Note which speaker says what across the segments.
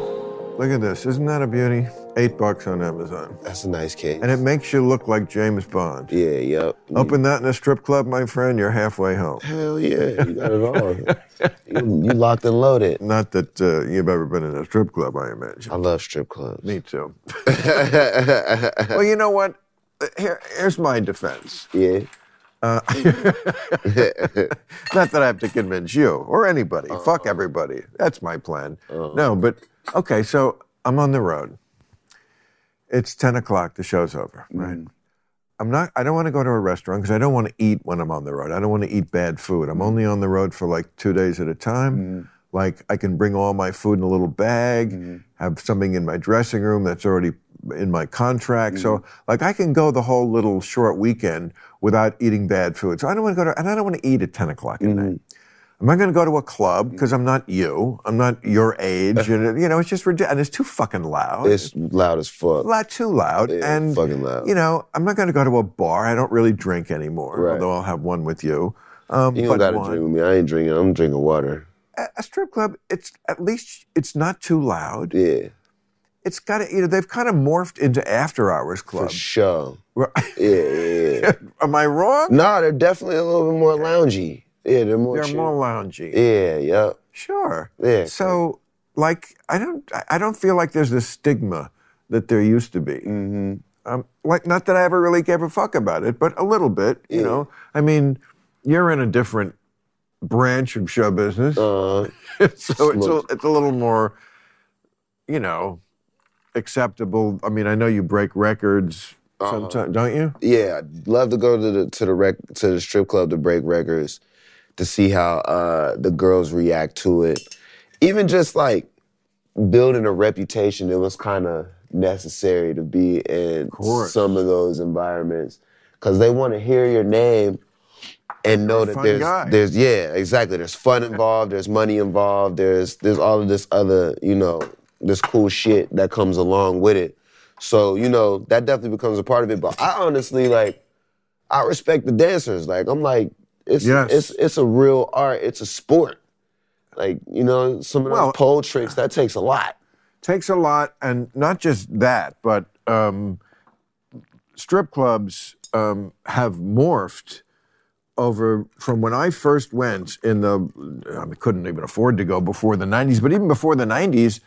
Speaker 1: Look at this. Isn't that a beauty? Eight bucks on Amazon.
Speaker 2: That's a nice case.
Speaker 1: And it makes you look like James Bond.
Speaker 2: yeah, yep.
Speaker 1: Open that in a strip club, my friend, you're halfway home.
Speaker 2: Hell yeah, you got it all. you, you locked and loaded.
Speaker 1: Not that uh, you've ever been in a strip club, I imagine.
Speaker 2: I love strip clubs.
Speaker 1: Me too. well, you know what? Here, here's my defense.
Speaker 2: Yeah.
Speaker 1: Not that I have to convince you or anybody. Fuck everybody. That's my plan. No, but okay, so I'm on the road. It's 10 o'clock, the show's over, right? I'm not, I don't want to go to a restaurant because I don't want to eat when I'm on the road. I don't want to eat bad food. I'm only on the road for like two days at a time. Like I can bring all my food in a little bag, have something in my dressing room that's already in my contract. So like I can go the whole little short weekend without eating bad food. So I don't want to go to, and I don't want to eat at 10 o'clock at night. I'm not going to go to a club because I'm not you. I'm not your age. and, you know, it's just ridiculous. And it's too fucking loud
Speaker 2: It's loud as fuck.
Speaker 1: a lot too loud.
Speaker 2: Yeah,
Speaker 1: and
Speaker 2: fucking loud.
Speaker 1: You know, I'm not going to go to a bar. I don't really drink anymore,
Speaker 2: Right.
Speaker 1: although I'll have one with you. Um,
Speaker 2: You
Speaker 1: but
Speaker 2: don't gotta
Speaker 1: one.
Speaker 2: drink with me. I ain't drinking. I'm drinking water.
Speaker 1: A, a strip club, it's at least it's not too loud.
Speaker 2: Yeah,
Speaker 1: It's got to, you know, they've kind of morphed into after hours
Speaker 2: for
Speaker 1: clubs.
Speaker 2: sure.
Speaker 1: Where-
Speaker 2: Yeah, yeah. yeah.
Speaker 1: Am I wrong?
Speaker 2: nah, they're definitely a little bit more loungy. Yeah, they're more.
Speaker 1: They're
Speaker 2: chill.
Speaker 1: more loungy.
Speaker 2: Yeah, yep.
Speaker 1: Sure.
Speaker 2: Yeah.
Speaker 1: So, like, I don't, I- I don't feel like there's this stigma that there used to be.
Speaker 2: Mm-hmm.
Speaker 1: Um, like, not that I ever really gave a fuck about it, but a little bit, you
Speaker 2: Yeah.
Speaker 1: know. I mean, you're in a different branch of show business,
Speaker 2: Uh,
Speaker 1: so it's a,
Speaker 2: look.
Speaker 1: it's a little more, you know, acceptable. I mean, I know you break records
Speaker 2: Uh-huh.
Speaker 1: sometimes, don't you?
Speaker 2: yeah, I'd love to go to the to the rec to the strip club to break records, to see how uh, the girls react to it. Even just like building a reputation, it was kind of necessary to be in
Speaker 1: course.
Speaker 2: some of those environments because they want to hear your name and know that
Speaker 1: fun
Speaker 2: there's
Speaker 1: guy.
Speaker 2: there's yeah exactly there's fun involved, there's money involved, there's there's all of this other you know this cool shit that comes along with it. So, you know, that definitely becomes a part of it. But I honestly like I respect the dancers. Like I'm like, it's
Speaker 1: Yes.
Speaker 2: it's it's a real art, it's a sport. Like, you know, some of
Speaker 1: Well-
Speaker 2: those pole tricks, that takes a lot.
Speaker 1: takes a lot, and not just that, but um, strip clubs um, have morphed over from when I first went in the. I couldn't even afford to go before the '90s, but even before the '90s,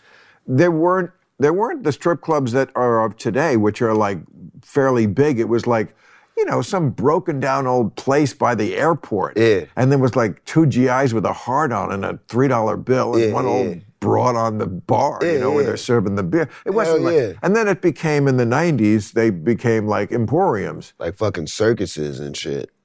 Speaker 1: there weren't there weren't the strip clubs that are of today, which are like fairly big. It was like. You know, some broken down old place by the airport.
Speaker 2: Yeah.
Speaker 1: And there was like two GIs with a heart on and a $3 bill and
Speaker 2: Yeah,
Speaker 1: one
Speaker 2: yeah.
Speaker 1: old broad on the bar, you
Speaker 2: Yeah,
Speaker 1: know, where
Speaker 2: yeah.
Speaker 1: they're serving the beer. It wasn't like,
Speaker 2: yeah.
Speaker 1: and then it became in the 90s, they became like emporiums.
Speaker 2: Like fucking circuses and shit.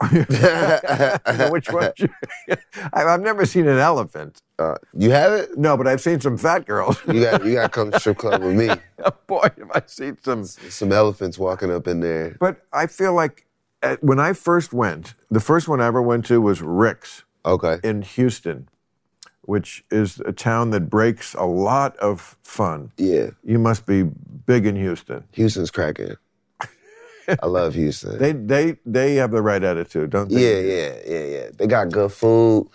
Speaker 2: Uh,
Speaker 1: You know, Which was, I- I've never seen an elephant.
Speaker 2: Uh, you have it?
Speaker 1: No, but I've seen some fat girls.
Speaker 2: You got you gotta come to strip club with me.
Speaker 1: Boy, have I seen some.
Speaker 2: Some elephants walking up in there.
Speaker 1: But I feel like uh when I first went, the first one I ever went to was Rick's.
Speaker 2: Okay.
Speaker 1: in Houston, which is a town that breaks a lot of fun.
Speaker 2: Yeah.
Speaker 1: You must be big in Houston.
Speaker 2: Houston's cracking. I love Houston.
Speaker 1: They they they have the right attitude, don't
Speaker 2: Yeah,
Speaker 1: they?
Speaker 2: yeah, yeah, yeah. They got good food,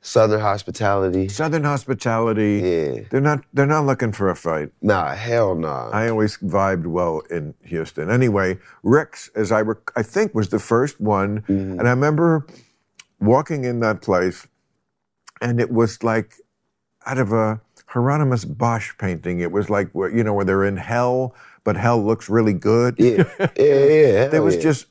Speaker 2: southern hospitality.
Speaker 1: Southern hospitality.
Speaker 2: Yeah.
Speaker 1: They're not they're not looking for a fight.
Speaker 2: Nah, hell nah.
Speaker 1: I always vibed well in Houston. Anyway, Rick's, as I rec- I think, was the first one,
Speaker 2: Mm-hmm.
Speaker 1: and I remember walking in that place, and it was like out of a Hieronymus Bosch painting. It was like where- you know where they're in hell, but hell looks really good.
Speaker 2: yeah, yeah, yeah. hell
Speaker 1: there was
Speaker 2: yeah.
Speaker 1: just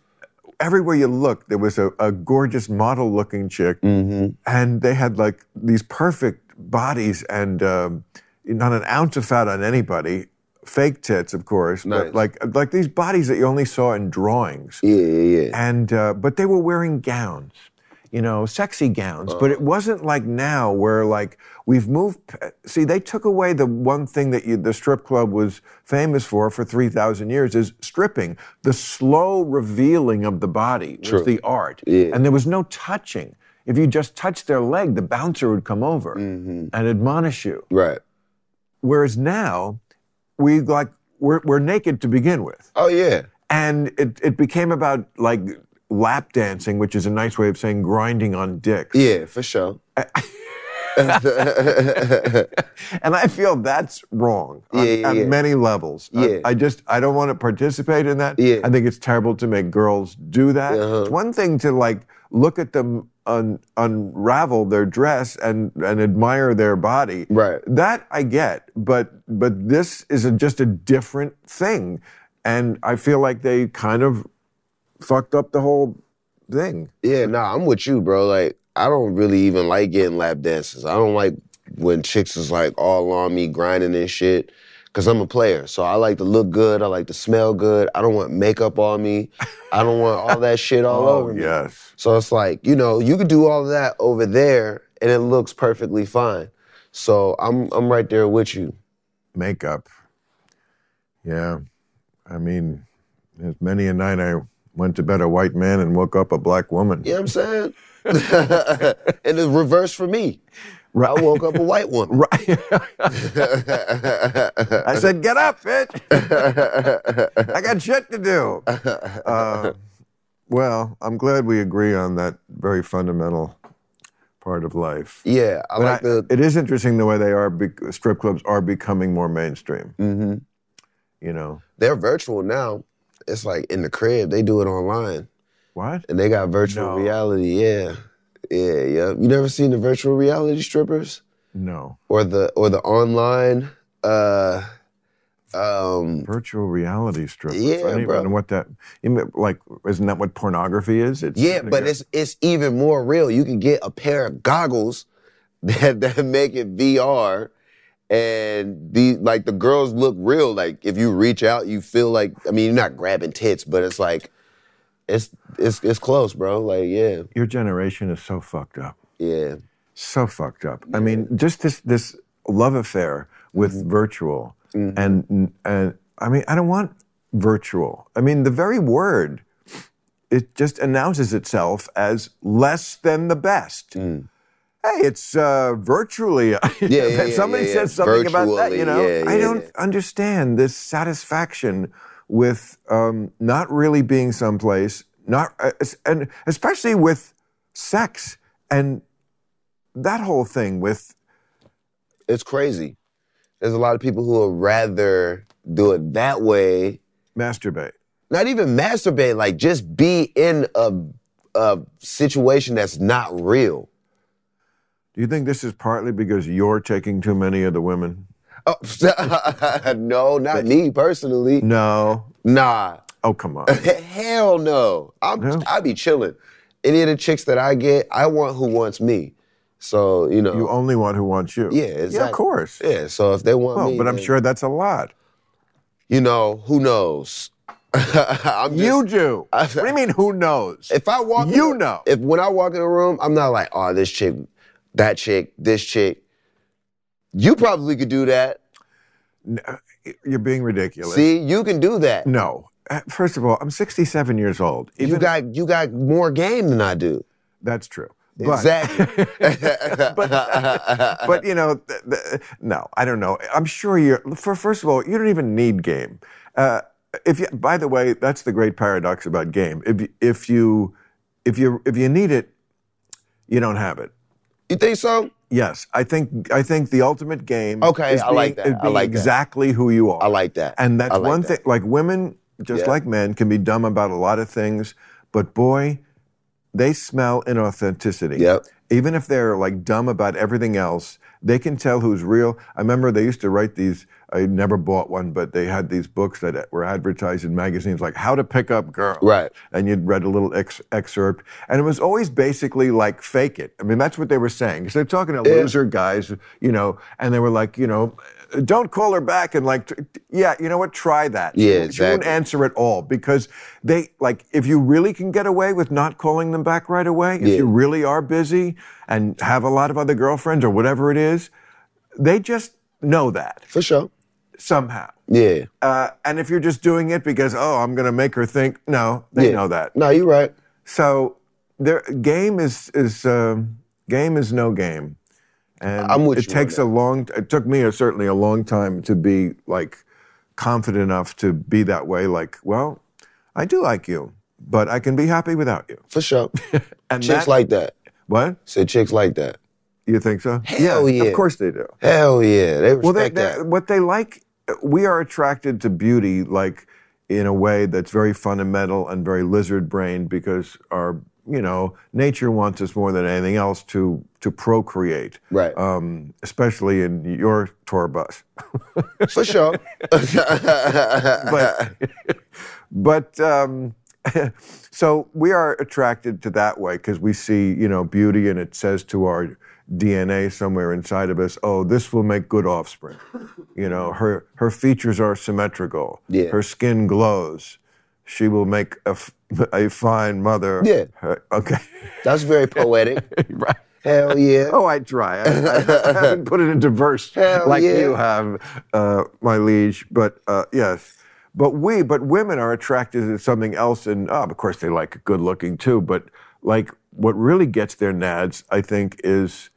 Speaker 1: everywhere you looked, there was a, a gorgeous model-looking chick,
Speaker 2: Mm-hmm.
Speaker 1: and they had like these perfect bodies and um, not an ounce of fat on anybody. Fake tits, of course,
Speaker 2: Nice.
Speaker 1: but like like these bodies that you only saw in drawings.
Speaker 2: Yeah, yeah, yeah.
Speaker 1: And uh, but they were wearing gowns, you know, sexy gowns. But it wasn't like now where like we've moved. p- See, they took away the one thing that you, the strip club was famous for for three thousand years is stripping. The slow revealing of the body was the art, and there was no touching. If you just touched their leg, the bouncer would come over and admonish you.
Speaker 2: Right.
Speaker 1: Whereas now, we like we're, we're naked to begin with
Speaker 2: Oh yeah.
Speaker 1: and it, it became about like lap dancing, which is a nice way of saying grinding on dicks.
Speaker 2: Yeah, for sure.
Speaker 1: and I feel that's wrong on,
Speaker 2: Yeah, yeah,
Speaker 1: on
Speaker 2: yeah.
Speaker 1: many levels. I-
Speaker 2: Yeah.
Speaker 1: I, just I don't want to participate in that.
Speaker 2: Yeah.
Speaker 1: I think it's terrible to make girls do that.
Speaker 2: Uh-huh.
Speaker 1: It's one thing to like look at them un, unravel their dress and and admire their body.
Speaker 2: Right.
Speaker 1: That I get, but but this is a, just a different thing, and I feel like they kind of fucked up the whole thing.
Speaker 2: Yeah, nah, I'm with you, bro. Like, I don't really even like getting lap dances. I don't like when chicks is like all on me grinding and shit. Cause I'm a player, so I like to look good. I like to smell good. I don't want makeup on me. I don't want all that shit all
Speaker 1: Oh,
Speaker 2: over me.
Speaker 1: yes.
Speaker 2: So it's like, you know, you could do all of that over there and it looks perfectly fine. So I'm I'm right there with you.
Speaker 1: makeup. Yeah, I mean, there's many a night I went to bed a white man and woke up a black woman.
Speaker 2: You know what I'm saying? and the reverse for me. I woke up a white woman.
Speaker 1: Right. I said, "Get up, bitch! I got shit to do." Uh, well, I'm glad we agree on that very fundamental part of life.
Speaker 2: Yeah, I
Speaker 1: But
Speaker 2: like
Speaker 1: I-
Speaker 2: the
Speaker 1: it is interesting the way they are. Be- strip clubs are becoming more mainstream.
Speaker 2: hmm
Speaker 1: You know
Speaker 2: they're virtual now. It's like in the crib, they do it online.
Speaker 1: what?
Speaker 2: And they got virtual
Speaker 1: No.
Speaker 2: reality, yeah. Yeah, yeah. You never seen the virtual reality strippers?
Speaker 1: No,
Speaker 2: Or the or the online uh um
Speaker 1: virtual reality strippers.
Speaker 2: Yeah,
Speaker 1: I don't even
Speaker 2: bro.
Speaker 1: know what that. you mean, Like, isn't that what pornography is? It's
Speaker 2: Yeah, but it's it's even more real. You can get a pair of goggles that that make it VR, and the like the girls look real. Like if you reach out, you feel like I mean you're not grabbing tits, but it's like it's it's it's close, bro. Like yeah,
Speaker 1: your generation is so fucked up.
Speaker 2: yeah,
Speaker 1: so fucked up. I mean, just this this love affair with
Speaker 2: Mm-hmm.
Speaker 1: virtual, and and I mean, I don't want virtual. I mean, the very word it just announces itself as less than the best. Hey, it's uh, virtually.
Speaker 2: Mm. yeah, yeah,
Speaker 1: Somebody
Speaker 2: yeah, yeah.
Speaker 1: says something about that. You
Speaker 2: Virtually,
Speaker 1: know,
Speaker 2: yeah,
Speaker 1: I
Speaker 2: yeah,
Speaker 1: don't understand this satisfaction with um, not really being someplace, not uh, es- and especially with sex and that whole thing with
Speaker 2: it's crazy. There's a lot of people who would rather do it that way
Speaker 1: masturbate.
Speaker 2: not even masturbate, like just be in a a situation that's not real.
Speaker 1: Do you think this is partly because you're taking too many of the women?
Speaker 2: Oh, no, not me personally.
Speaker 1: No.
Speaker 2: Nah,
Speaker 1: Oh, come on.
Speaker 2: hell no. I'm
Speaker 1: No.
Speaker 2: I be chilling. Any of the chicks that I get, I want who wants me. So you know,
Speaker 1: you only want who wants you.
Speaker 2: Yeah,
Speaker 1: Yeah, of
Speaker 2: exactly.
Speaker 1: course.
Speaker 2: yeah. So if they want
Speaker 1: Well,
Speaker 2: me,
Speaker 1: Oh, but I'm
Speaker 2: then,
Speaker 1: sure that's a lot.
Speaker 2: you know who knows. I'm just-
Speaker 1: you do. what do you mean? Who knows?
Speaker 2: If I walk,
Speaker 1: You
Speaker 2: in,
Speaker 1: know.
Speaker 2: if when I walk in a room, I'm not like, oh, this chick, that chick, this chick. You probably could do that.
Speaker 1: uh, You're being ridiculous.
Speaker 2: See, you can do that.
Speaker 1: No. Uh, First of all, I'm 67 years old.
Speaker 2: you
Speaker 1: Even
Speaker 2: got you got more game than I do.
Speaker 1: that's true. But,
Speaker 2: exactly.
Speaker 1: but you know, th- th- no, I don't know. I'm sure you're. For first of all, you don't even need game. Uh, if you, by the way, that's the great paradox about game. If you- if you if you if you need it, you don't have it.
Speaker 2: you think so?
Speaker 1: Yes, I think I think the ultimate game.
Speaker 2: Okay,
Speaker 1: is
Speaker 2: I like
Speaker 1: being- is
Speaker 2: that. I
Speaker 1: being
Speaker 2: like that.
Speaker 1: exactly who you are.
Speaker 2: I like that.
Speaker 1: And that's
Speaker 2: I like
Speaker 1: one
Speaker 2: that.
Speaker 1: thing. Like women, just
Speaker 2: Yeah.
Speaker 1: like men, can be dumb about a lot of things, but boy, they smell inauthenticity.
Speaker 2: Yep.
Speaker 1: Even if they're like dumb about everything else, they can tell who's real. I remember they used to write these. I never bought one, but they had these books that were advertised in magazines, like "How to Pick Up Girls."
Speaker 2: Right.
Speaker 1: and you'd read a little ex- excerpt, and it was always basically like fake it. I mean, that's what they were saying because they're talking to loser guys, you know, and they were like, you know, don't call her back and like, tr- yeah, you know what, try that.
Speaker 2: Yeah,
Speaker 1: she, won't- She won't
Speaker 2: exactly.
Speaker 1: answer at all because they like if you really can get away with not calling them back right away, if
Speaker 2: Yeah.
Speaker 1: you really are busy and have a lot of other girlfriends or whatever it is, they just know that
Speaker 2: For sure.
Speaker 1: somehow.
Speaker 2: Yeah.
Speaker 1: Uh, and if you're just doing it because oh, I'm going to make her think, no, they
Speaker 2: Yeah.
Speaker 1: know that.
Speaker 2: No, you're right.
Speaker 1: So there, game is is um, game is no game, and
Speaker 2: I'm with
Speaker 1: it
Speaker 2: you on
Speaker 1: takes
Speaker 2: that.
Speaker 1: a long. It took me a, certainly a long time to be like confident enough to be that way. Like, well, I do like you, but I can be happy without you.
Speaker 2: For sure.
Speaker 1: And
Speaker 2: chicks
Speaker 1: that,
Speaker 2: like that.
Speaker 1: what?
Speaker 2: Said chicks like that.
Speaker 1: You think so?
Speaker 2: Hell yeah.
Speaker 1: Of course they do.
Speaker 2: Hell yeah. They respect
Speaker 1: Well, they,
Speaker 2: that.
Speaker 1: they, what they like, we are attracted to beauty like in a way that's very fundamental and very lizard brained because our, you know, nature wants us more than anything else to to procreate.
Speaker 2: Right.
Speaker 1: Um, especially in your tour bus.
Speaker 2: For sure.
Speaker 1: but but um, so we are attracted to that way because we see you know beauty and it says to our DNA somewhere inside of us, oh, this will make good offspring. You know, her her features are symmetrical.
Speaker 2: Yeah.
Speaker 1: Her skin glows. She will make a, f- a fine mother.
Speaker 2: Yeah.
Speaker 1: Her- okay.
Speaker 2: That's very poetic.
Speaker 1: right.
Speaker 2: Hell yeah.
Speaker 1: Oh, I try. I, I haven't put it into verse
Speaker 2: Hell
Speaker 1: like
Speaker 2: yeah.
Speaker 1: you have, uh, my liege. But uh, yes, but we, but women are attracted to something else, and oh, of course they like good looking too. But like what really gets their nads, I think, is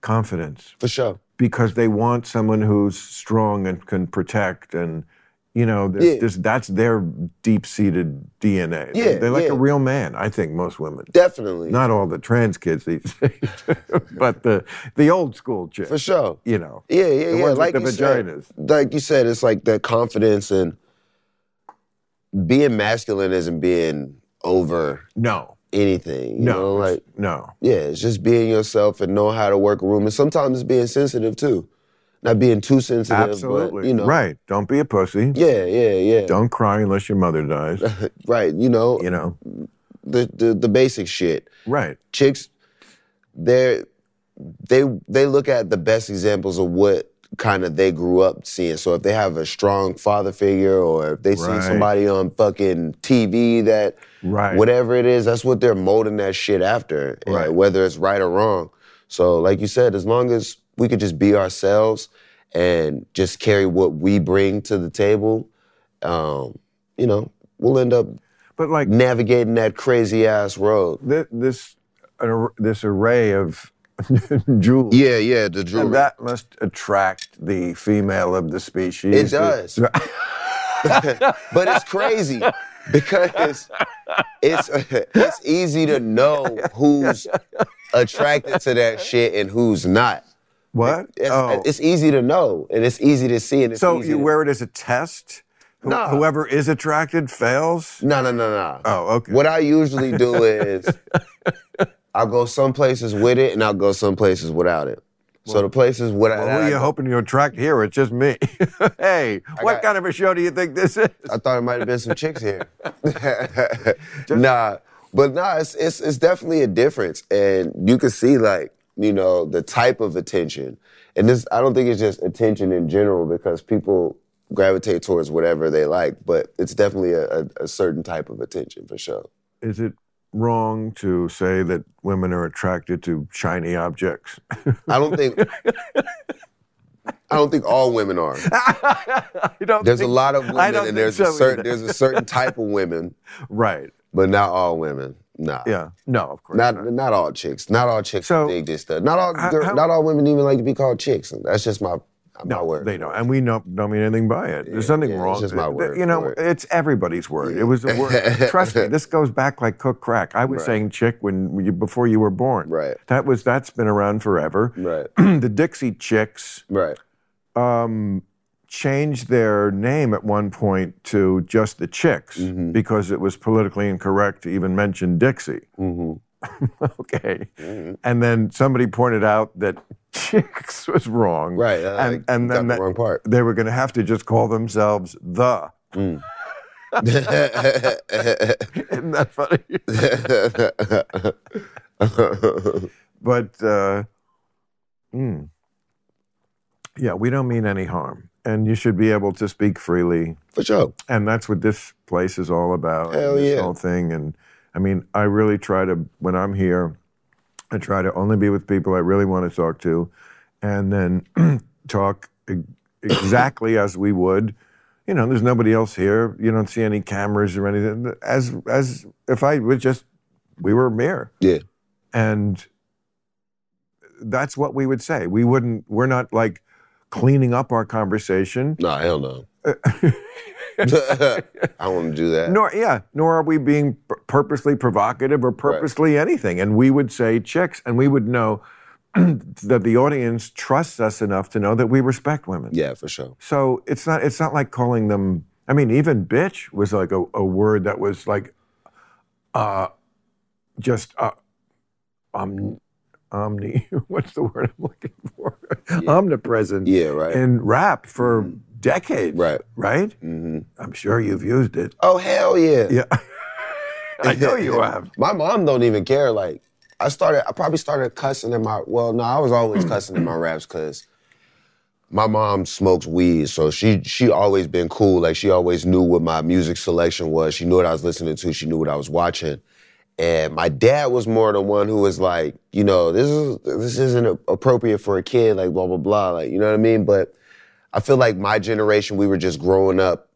Speaker 1: confidence
Speaker 2: For sure.
Speaker 1: because they want someone who's strong and can protect and. You know, there's,
Speaker 2: Yeah.
Speaker 1: there's, that's their deep-seated DNA.
Speaker 2: Yeah,
Speaker 1: they like
Speaker 2: yeah.
Speaker 1: a real man. I think most women
Speaker 2: Definitely.
Speaker 1: not all the trans kids these days, but the the old school chicks.
Speaker 2: For sure.
Speaker 1: You know,
Speaker 2: Yeah, yeah,
Speaker 1: the
Speaker 2: yeah.
Speaker 1: ones
Speaker 2: like
Speaker 1: with
Speaker 2: you
Speaker 1: the vaginas.
Speaker 2: Said, like you said, it's like the confidence and being masculine isn't being over
Speaker 1: No,
Speaker 2: anything. You
Speaker 1: no,
Speaker 2: know, like
Speaker 1: no.
Speaker 2: yeah, it's just being yourself and know how to work a room. And sometimes it's being sensitive too. Not being too sensitive,
Speaker 1: Absolutely,
Speaker 2: but you know.
Speaker 1: right. Don't be a pussy.
Speaker 2: Yeah, yeah, yeah.
Speaker 1: Don't cry unless your mother dies.
Speaker 2: Right. You know,
Speaker 1: you know,
Speaker 2: The, the the basic shit.
Speaker 1: right?
Speaker 2: chicks they're they they look at the best examples of what kind of they grew up seeing so if they have a strong father figure or if they
Speaker 1: Right.
Speaker 2: see somebody on fucking tv that
Speaker 1: Right.
Speaker 2: whatever it is that's what they're molding that shit after and
Speaker 1: Right.
Speaker 2: whether it's right or wrong so like you said as long as we could just be ourselves and just carry what we bring to the table um, you know we'll end up
Speaker 1: But like
Speaker 2: navigating that crazy ass road
Speaker 1: this, this, ar- this array of jewels.
Speaker 2: yeah yeah the jewelry.
Speaker 1: And that must attract the female of the species.
Speaker 2: It does. but it's crazy because it's it's easy to know who's attracted to that shit and who's not.
Speaker 1: What?
Speaker 2: It's,
Speaker 1: oh.
Speaker 2: it's easy to know and it's easy to see and it's
Speaker 1: so
Speaker 2: easy
Speaker 1: you
Speaker 2: to-
Speaker 1: wear it as a test. Wh-
Speaker 2: No.
Speaker 1: Whoever is attracted fails.
Speaker 2: No, no, no, no.
Speaker 1: Oh, okay.
Speaker 2: What I usually do is I'll go some places with it and I'll go some places without it. so the places without
Speaker 1: Well, who are you hoping to attract here? It's just me. hey, what
Speaker 2: got-
Speaker 1: kind of a show do you think this is?
Speaker 2: I thought it might have been some chicks here. nah, but nah, it's, it's it's definitely a difference, and you can see like you know the type of attention, and this I don't think it's just attention in general because people gravitate towards whatever they like, but it's definitely a, a, a certain type of attention for sure.
Speaker 1: Is it wrong to say that women are attracted to shiny objects?
Speaker 2: I don't think. I don't think all women are.
Speaker 1: I don't
Speaker 2: There's a
Speaker 1: think-
Speaker 2: lot of women,
Speaker 1: I don't
Speaker 2: and
Speaker 1: think
Speaker 2: there's
Speaker 1: so
Speaker 2: a certain
Speaker 1: either.
Speaker 2: there's a certain type of women,
Speaker 1: Right.
Speaker 2: but not all women. Nah.
Speaker 1: Yeah. No, of course not.
Speaker 2: Not not all chicks. Not all chicks
Speaker 1: So-
Speaker 2: dig this stuff. Not all
Speaker 1: How-
Speaker 2: girl,
Speaker 1: how-
Speaker 2: not all women even like to be called chicks. That's just my my
Speaker 1: No,
Speaker 2: word.
Speaker 1: they don't, and we don't, don't mean anything by it. There's
Speaker 2: Yeah,
Speaker 1: nothing
Speaker 2: yeah, it's
Speaker 1: wrong.
Speaker 2: just my
Speaker 1: Th-
Speaker 2: word
Speaker 1: You know,
Speaker 2: for it.
Speaker 1: it's everybody's word. It was a word. Trust me, this goes back like cook crack. I was saying chick when you, before you were born.
Speaker 2: Right.
Speaker 1: That was that's been around forever.
Speaker 2: Right.
Speaker 1: the Dixie Chicks.
Speaker 2: Right.
Speaker 1: um, changed their name at one point to just the Chicks because it was politically incorrect to even mention Dixie.
Speaker 2: Mm-hmm.
Speaker 1: okay. And then somebody pointed out that Chicks was wrong.
Speaker 2: Right. uh,
Speaker 1: And, and
Speaker 2: got
Speaker 1: then
Speaker 2: the
Speaker 1: that-
Speaker 2: wrong part.
Speaker 1: they were going to have to just call themselves the. Isn't that funny? but uh, mm. yeah, we don't mean any harm. And you should be able to speak freely
Speaker 2: For sure.
Speaker 1: and that's what this place is all about.
Speaker 2: Hell
Speaker 1: and this
Speaker 2: yeah.
Speaker 1: whole thing. And I mean, I really try to when I'm here, I try to only be with people I really want to talk to, and then talk e- exactly as we would. You know, there's nobody else here. You don't see any cameras or anything. As as if I was just we were here
Speaker 2: Yeah.
Speaker 1: and that's what we would say. We wouldn't. We're not like cleaning up our conversation.
Speaker 2: Nah, hell no. I don't want to do that.
Speaker 1: Nor yeah, nor are we being pur- purposely provocative or purposely anything. And we would say chicks, and we would know that the audience trusts us enough to know that we respect women.
Speaker 2: Yeah, for sure.
Speaker 1: So it's not it's not like calling them. I mean, even bitch was like a, a word that was like, uh, just uh, um, omni. What's the word I'm looking for? Omnipresent
Speaker 2: Yeah, right.
Speaker 1: in rap for decades.
Speaker 2: Right.
Speaker 1: Right.
Speaker 2: Mhm.
Speaker 1: I'm sure you've used it.
Speaker 2: Oh hell yeah.
Speaker 1: Yeah. I know you have.
Speaker 2: My mom don't even care. Like I started, I probably started cussing in my. Well, no, I was always cussing in my raps because my mom smokes weed, so she she always been cool. Like she always knew what my music selection was. She knew what I was listening to. She knew what I was watching. And my dad was more the one who was like, you know, this is this isn't a- appropriate for a kid. Like blah blah blah. Like you know what I mean. But I feel like my generation, we were just growing up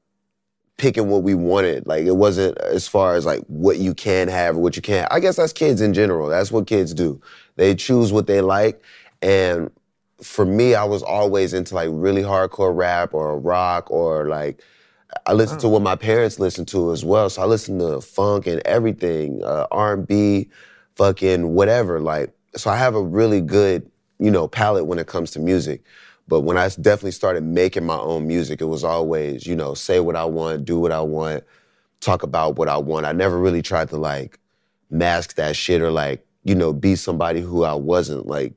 Speaker 2: picking what we wanted. Like it wasn't as far as like what you can have or what you can't. I guess that's kids in general. That's what kids do. They choose what they like. And for me, I was always into like really hardcore rap or rock or like I listened to what my parents listened to as well. So I listened to funk and everything, uh, R&B, fucking whatever. Like so, I have a really good you know palette when it comes to music. But when I definitely started making my own music, it was always you know say what I want, do what I want, talk about what I want. I never really tried to like mask that shit or like you know be somebody who I wasn't like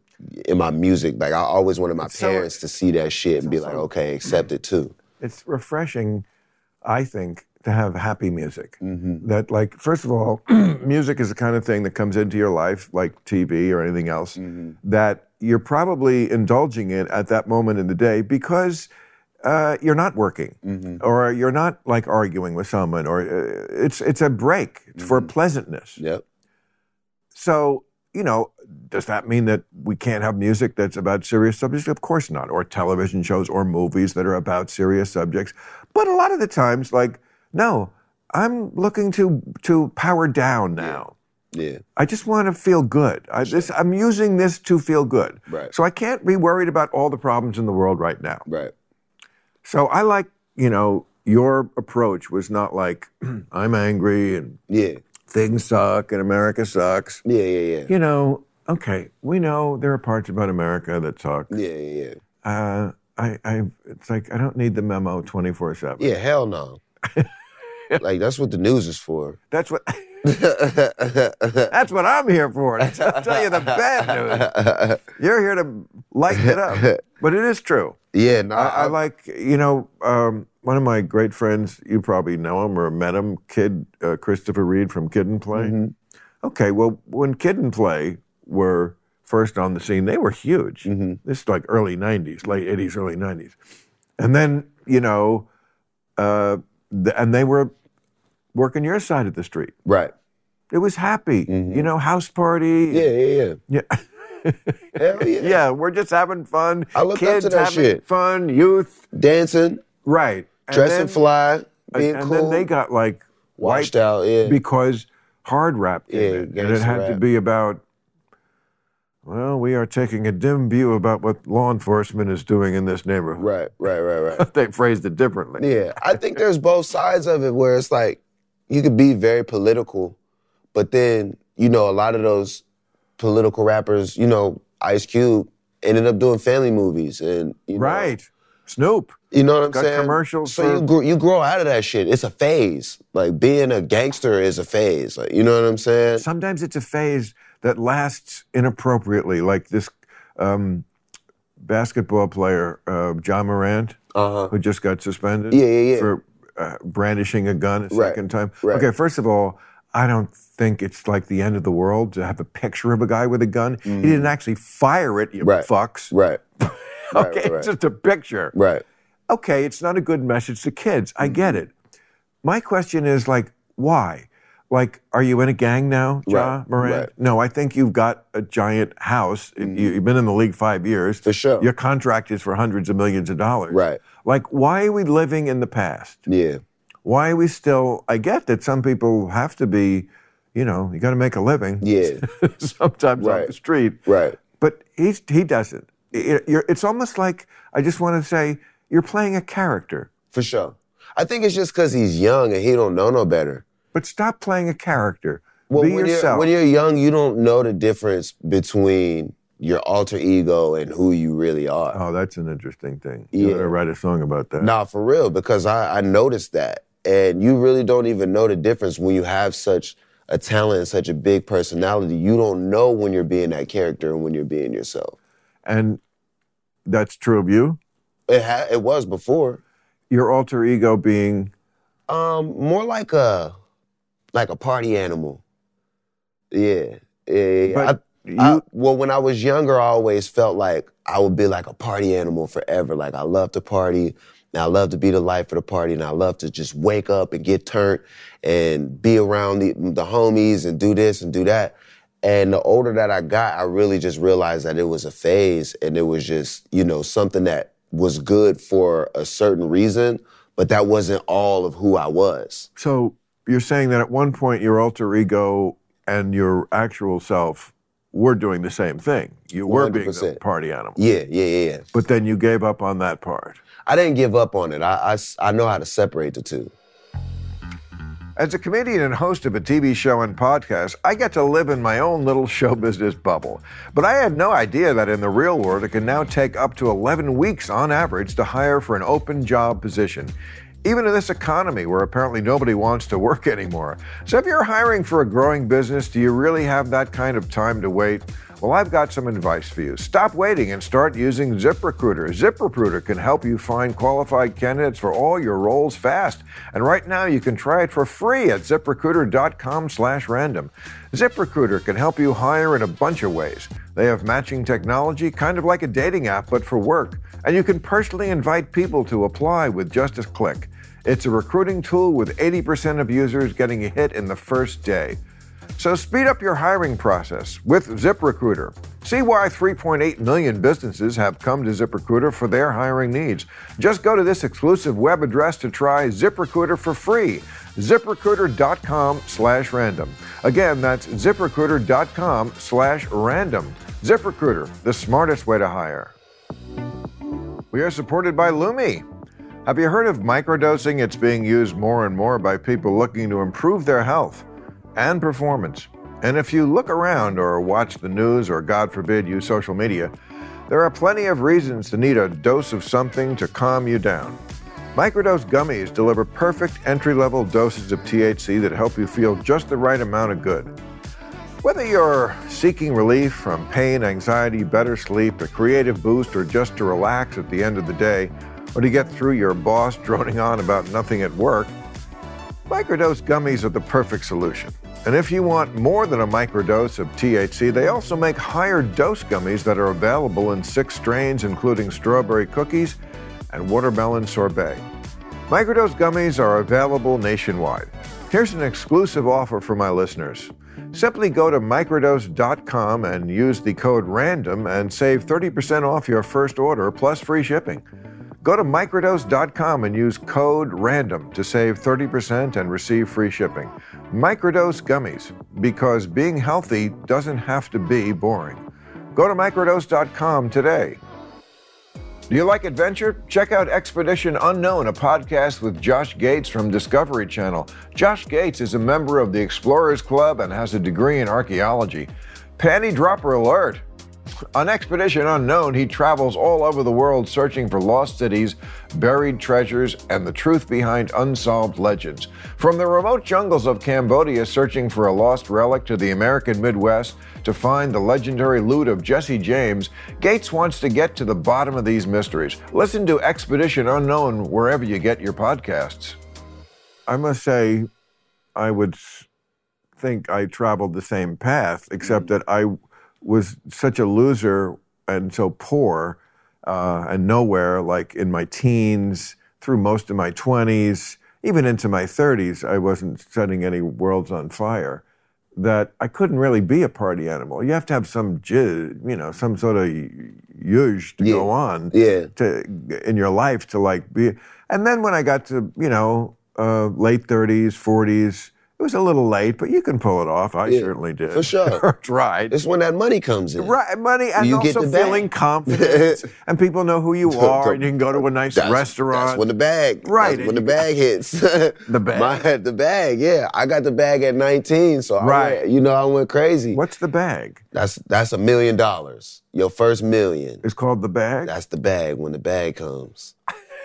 Speaker 2: in my music. Like I always wanted my
Speaker 1: so-
Speaker 2: parents to see that shit and be like, okay, accept it too.
Speaker 1: it's refreshing, I think, to have happy music.
Speaker 2: Mm-hmm.
Speaker 1: That, like, first of all, music is the kind of thing that comes into your life, like TV or anything else, that you're probably indulging it at that moment in the day because. Uh, you're not working, or you're not like arguing with someone, or uh, it's it's a break for pleasantness.
Speaker 2: Yep.
Speaker 1: So, you know, does that mean that we can't have music that's about serious subjects? Of course not. Or television shows or movies that are about serious subjects. But a lot of the times, like, no, I'm looking to to power down now.
Speaker 2: Yeah.
Speaker 1: I just want to feel good. I, this, I'm using this to feel good.
Speaker 2: Right.
Speaker 1: So I can't be worried about all the problems in the world right now.
Speaker 2: Right.
Speaker 1: So I like, you know, your approach was not like, I'm angry and
Speaker 2: Yeah.
Speaker 1: things suck and America sucks
Speaker 2: Yeah, yeah, yeah.
Speaker 1: you know, okay, we know there are parts about America that suck.
Speaker 2: Yeah, yeah, yeah.
Speaker 1: Uh, I, I, it's like I don't need the memo twenty four seven.
Speaker 2: Yeah, hell no. like that's what the news is for.
Speaker 1: That's what. that's what I'm here for. To tell you the bad news. You're here to lighten it up. But it is true.
Speaker 2: Yeah, no.
Speaker 1: I, I like, you know, um, one of my great friends, you probably know him or met him, Kid uh, Christopher Reed from Kid and Play.
Speaker 2: Mm-hmm.
Speaker 1: Okay, well, when Kid and Play were first on the scene, they were huge.
Speaker 2: Mm-hmm.
Speaker 1: This is like early 90s, late 80s, early 90s. And then, you know, uh, th- and they were working your side of the street.
Speaker 2: right.
Speaker 1: It was happy, you know, house party.
Speaker 2: Yeah, yeah, Mm-hmm. yeah.
Speaker 1: Yeah.
Speaker 2: Hell yeah.
Speaker 1: Yeah, we're just having fun.
Speaker 2: I looked up to
Speaker 1: Kids
Speaker 2: that
Speaker 1: having
Speaker 2: shit.
Speaker 1: fun, youth.
Speaker 2: Dancing,
Speaker 1: Right. And
Speaker 2: dressing
Speaker 1: then-
Speaker 2: fly, being
Speaker 1: and
Speaker 2: cool,
Speaker 1: then they got like wiped
Speaker 2: washed out. Yeah.
Speaker 1: because hard rap came
Speaker 2: Yeah,
Speaker 1: in, and it
Speaker 2: gangsta
Speaker 1: had to
Speaker 2: rap.
Speaker 1: be about. Well, we are taking a dim view about what law enforcement is doing in this neighborhood.
Speaker 2: right, right, right, right.
Speaker 1: They phrased it differently.
Speaker 2: yeah. I think there's both sides of it where it's like you could be very political, but then, you know, a lot of those political rappers, you know, Ice Cube ended up doing family movies and you know,
Speaker 1: Right. Snoop.
Speaker 2: You know what I'm
Speaker 1: Got
Speaker 2: saying?
Speaker 1: commercials
Speaker 2: So
Speaker 1: for-
Speaker 2: you grow, you grow out of that shit. It's a phase. Like being a gangster is a phase. Like you know what I'm saying?
Speaker 1: Sometimes it's a phase that lasts inappropriately, like this um, basketball player, uh, John Morant.
Speaker 2: Uh huh.
Speaker 1: who just got suspended
Speaker 2: Yeah, yeah, yeah.
Speaker 1: for uh, brandishing a gun a
Speaker 2: Right,
Speaker 1: second time.
Speaker 2: right.
Speaker 1: Okay, first of all, I don't think it's like the end of the world to have a picture of a guy with a gun. He didn't actually fire it, you
Speaker 2: Mm. Right.
Speaker 1: fucks.
Speaker 2: Right. right,
Speaker 1: okay,
Speaker 2: right.
Speaker 1: it's just a picture.
Speaker 2: Right.
Speaker 1: Okay, it's not a good message to kids. I get
Speaker 2: Mm-hmm.
Speaker 1: it. My question is like, why? Like, are you in a gang now, Ja
Speaker 2: Right,
Speaker 1: Moran?
Speaker 2: right.
Speaker 1: No, I think you've got a giant house. You, you've been in the league five years.
Speaker 2: Mm. For sure.
Speaker 1: Your contract is for hundreds of millions of dollars.
Speaker 2: Right.
Speaker 1: Like, why are we living in the past?
Speaker 2: Yeah.
Speaker 1: Why are we still? I get that some people have to be, you know, you got to make a living
Speaker 2: Yeah.
Speaker 1: sometimes on
Speaker 2: Right.
Speaker 1: the street,
Speaker 2: right.
Speaker 1: but he's, he doesn't. It- you're- it's almost like I just want to say you're playing a character,
Speaker 2: For sure. I think it's just because he's young and he don't know no better.
Speaker 1: but stop playing a character.
Speaker 2: Well,
Speaker 1: be
Speaker 2: when
Speaker 1: yourself.
Speaker 2: You're, when you're young, you don't know the difference between your alter ego and who you really are.
Speaker 1: Oh, that's an interesting thing.
Speaker 2: Yeah.
Speaker 1: You gotta write a song about that.
Speaker 2: Nah, for real, because I, I noticed that. And you really don't even know the difference when you have such a talent and such a big personality. You don't know when you're being that character and when you're being yourself.
Speaker 1: And that's true of you.
Speaker 2: It ha- it was before.
Speaker 1: Your alter ego being
Speaker 2: Um, more like a like a party animal. Yeah. Yeah, yeah, yeah.
Speaker 1: But
Speaker 2: I-
Speaker 1: you
Speaker 2: I- well, when I was younger, I always felt like I would be like a party animal forever. Like I love to party, and I love to be the life of the party, and I love to just wake up and get turned and be around the, the homies and do this and do that. And the older that I got, I really just realized that it was a phase, and it was just you know something that was good for a certain reason, but that wasn't all of who I was.
Speaker 1: so you're saying that at one point your alter ego and your actual self were doing the same thing. You were being the
Speaker 2: 100%.
Speaker 1: party animal.
Speaker 2: Yeah, yeah, yeah, yeah.
Speaker 1: But then you gave up on that part.
Speaker 2: I didn't give up on it. I, I s- I know how to separate the two.
Speaker 1: As a comedian and host of a TV show and podcast, I get to live in my own little show business bubble. But I had no idea that in the real world, it can now take up to 11 weeks on average to hire for an open job position. Even in this economy where apparently nobody wants to work anymore. So, if you're hiring for a growing business, do you really have that kind of time to wait? Well, I've got some advice for you. Stop waiting and start using ZipRecruiter. ZipRecruiter can help you find qualified candidates for all your roles fast. And right now, you can try it for free at ZipRecruiter.com/random. ZipRecruiter can help you hire in a bunch of ways. They have matching technology, kind of like a dating app but for work, and you can personally invite people to apply with just a click. It's a recruiting tool with 80% of users getting a hit in the first day. So speed up your hiring process with ZipRecruiter. See why 3.8 million businesses have come to ZipRecruiter for their hiring needs. Just go to this exclusive web address to try ZipRecruiter for free. ZipRecruiter.com slash random. Again, that's ZipRecruiter.com slash random. ZipRecruiter, the smartest way to hire. We are supported by Lumi. Have you heard of microdosing? It's being used more and more by people looking to improve their health and performance. And if you look around or watch the news or, God forbid, use social media, there are plenty of reasons to need a dose of something to calm you down. Microdose gummies deliver perfect entry level doses of THC that help you feel just the right amount of good. Whether you're seeking relief from pain, anxiety, better sleep, a creative boost, or just to relax at the end of the day, or to get through your boss droning on about nothing at work, microdose gummies are the perfect solution. And if you want more than a microdose of THC, they also make higher dose gummies that are available in six strains, including strawberry cookies and watermelon sorbet. Microdose gummies are available nationwide. Here's an exclusive offer for my listeners. Simply go to microdose.com and use the code RANDOM and save 30% off your first order plus free shipping. Go to microdose.com and use code RANDOM to save 30% and receive free shipping. Microdose gummies, because being healthy doesn't have to be boring. Go to microdose.com today. Do you like adventure? Check out Expedition Unknown, a podcast with Josh Gates from Discovery Channel. Josh Gates is a member of the Explorers Club and has a degree in archaeology. Panty dropper alert! On Expedition Unknown, he travels all over the world searching for lost cities, buried treasures, and the truth behind unsolved legends. From the remote jungles of Cambodia searching for a lost relic to the American Midwest to find the legendary loot of Jesse James, Gates wants to get to the bottom of these mysteries. Listen to Expedition Unknown wherever you get your podcasts. I must say, I would s- think I traveled the same path, except
Speaker 2: Mm.
Speaker 1: that I was such a loser and so poor uh, and nowhere, like in my teens, through most of my 20s, even into my 30s, I wasn't setting any worlds on fire. That I couldn't really be a party animal. You have to have some jizz, you know, some sort of yuge to
Speaker 2: Yeah.
Speaker 1: go on
Speaker 2: Yeah.
Speaker 1: to in your life to like be and then when i got to you know uh, late 30s 40s It was a little late, but you can pull it off. I
Speaker 2: Yeah,
Speaker 1: certainly did.
Speaker 2: for sure.
Speaker 1: Or tried.
Speaker 2: It's when that money comes in.
Speaker 1: Right, money, and
Speaker 2: You get
Speaker 1: also
Speaker 2: the bag.
Speaker 1: feeling confident, and people know who you are, and you can go to a nice
Speaker 2: That's-
Speaker 1: restaurant.
Speaker 2: That's when the bag.
Speaker 1: Right,
Speaker 2: That's
Speaker 1: and
Speaker 2: when the
Speaker 1: you-
Speaker 2: bag hits. the
Speaker 1: bag.
Speaker 2: the bag. Yeah, I got the bag at 19, so I
Speaker 1: Right.
Speaker 2: went, you know I went crazy.
Speaker 1: What's the bag?
Speaker 2: That's that's a million dollars. Your first million.
Speaker 1: It's called the bag.
Speaker 2: That's the bag when the bag comes.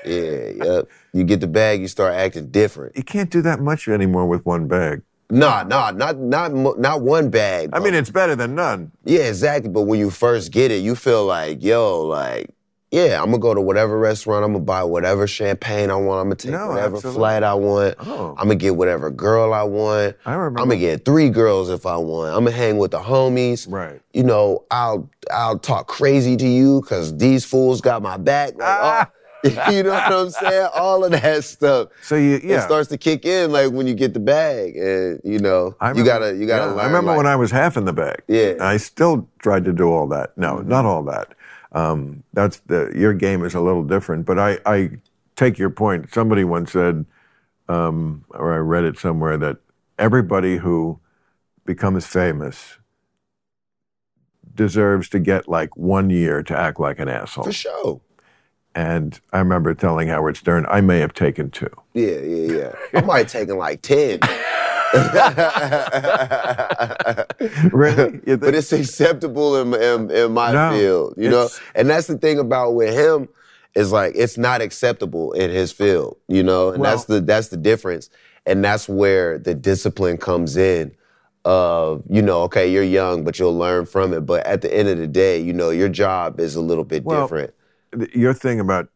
Speaker 2: Yeah, yep. You get the bag, you start acting different.
Speaker 1: you can't do that much anymore with one bag.
Speaker 2: Nah, nah, not not mo- not one bag.
Speaker 1: I
Speaker 2: though.
Speaker 1: mean, it's better than none.
Speaker 2: Yeah, exactly. But when you first get it, you feel like, yo, like, yeah, I'm gonna go to whatever restaurant, I'm gonna buy whatever champagne I want, I'm gonna take
Speaker 1: No,
Speaker 2: whatever
Speaker 1: absolutely.
Speaker 2: flight I want,
Speaker 1: Oh.
Speaker 2: I'm gonna get whatever girl I want,
Speaker 1: I remember.
Speaker 2: I'm gonna get three girls if I want, I'm gonna hang with the homies.
Speaker 1: right.
Speaker 2: You know, I'll I'll talk crazy to you because these fools got my back. Like,
Speaker 1: Ah.
Speaker 2: oh, you know what I'm saying? All of that stuff.
Speaker 1: So you, yeah.
Speaker 2: It starts to kick in like when you get the bag, and you know
Speaker 1: I
Speaker 2: you
Speaker 1: remember-
Speaker 2: gotta you gotta
Speaker 1: yeah,
Speaker 2: learn.
Speaker 1: I remember
Speaker 2: like,
Speaker 1: when I was half in the bag.
Speaker 2: Yeah. Mm-hmm.
Speaker 1: I still tried to do all that. No, not all that. Um, that's the your game is a little different. But I, I take your point. Somebody once said, um, or I read it somewhere that everybody who becomes famous deserves to get like one year to act like an asshole.
Speaker 2: for sure.
Speaker 1: And I remember telling Howard Stern, I may have taken two.
Speaker 2: Yeah, yeah, yeah. I might have taken like 10. but
Speaker 1: Really? You think-
Speaker 2: it's acceptable in, in, in my
Speaker 1: No,
Speaker 2: field, you know?
Speaker 1: it's-
Speaker 2: And that's the thing about with him is like it's not acceptable in his field, you know? And that's the that's the difference. And that's where the discipline comes in of, you know, okay, you're young, but you'll learn from it. But at the end of the day, you know, your job is a little bit
Speaker 1: Well,
Speaker 2: different.
Speaker 1: th- your thing about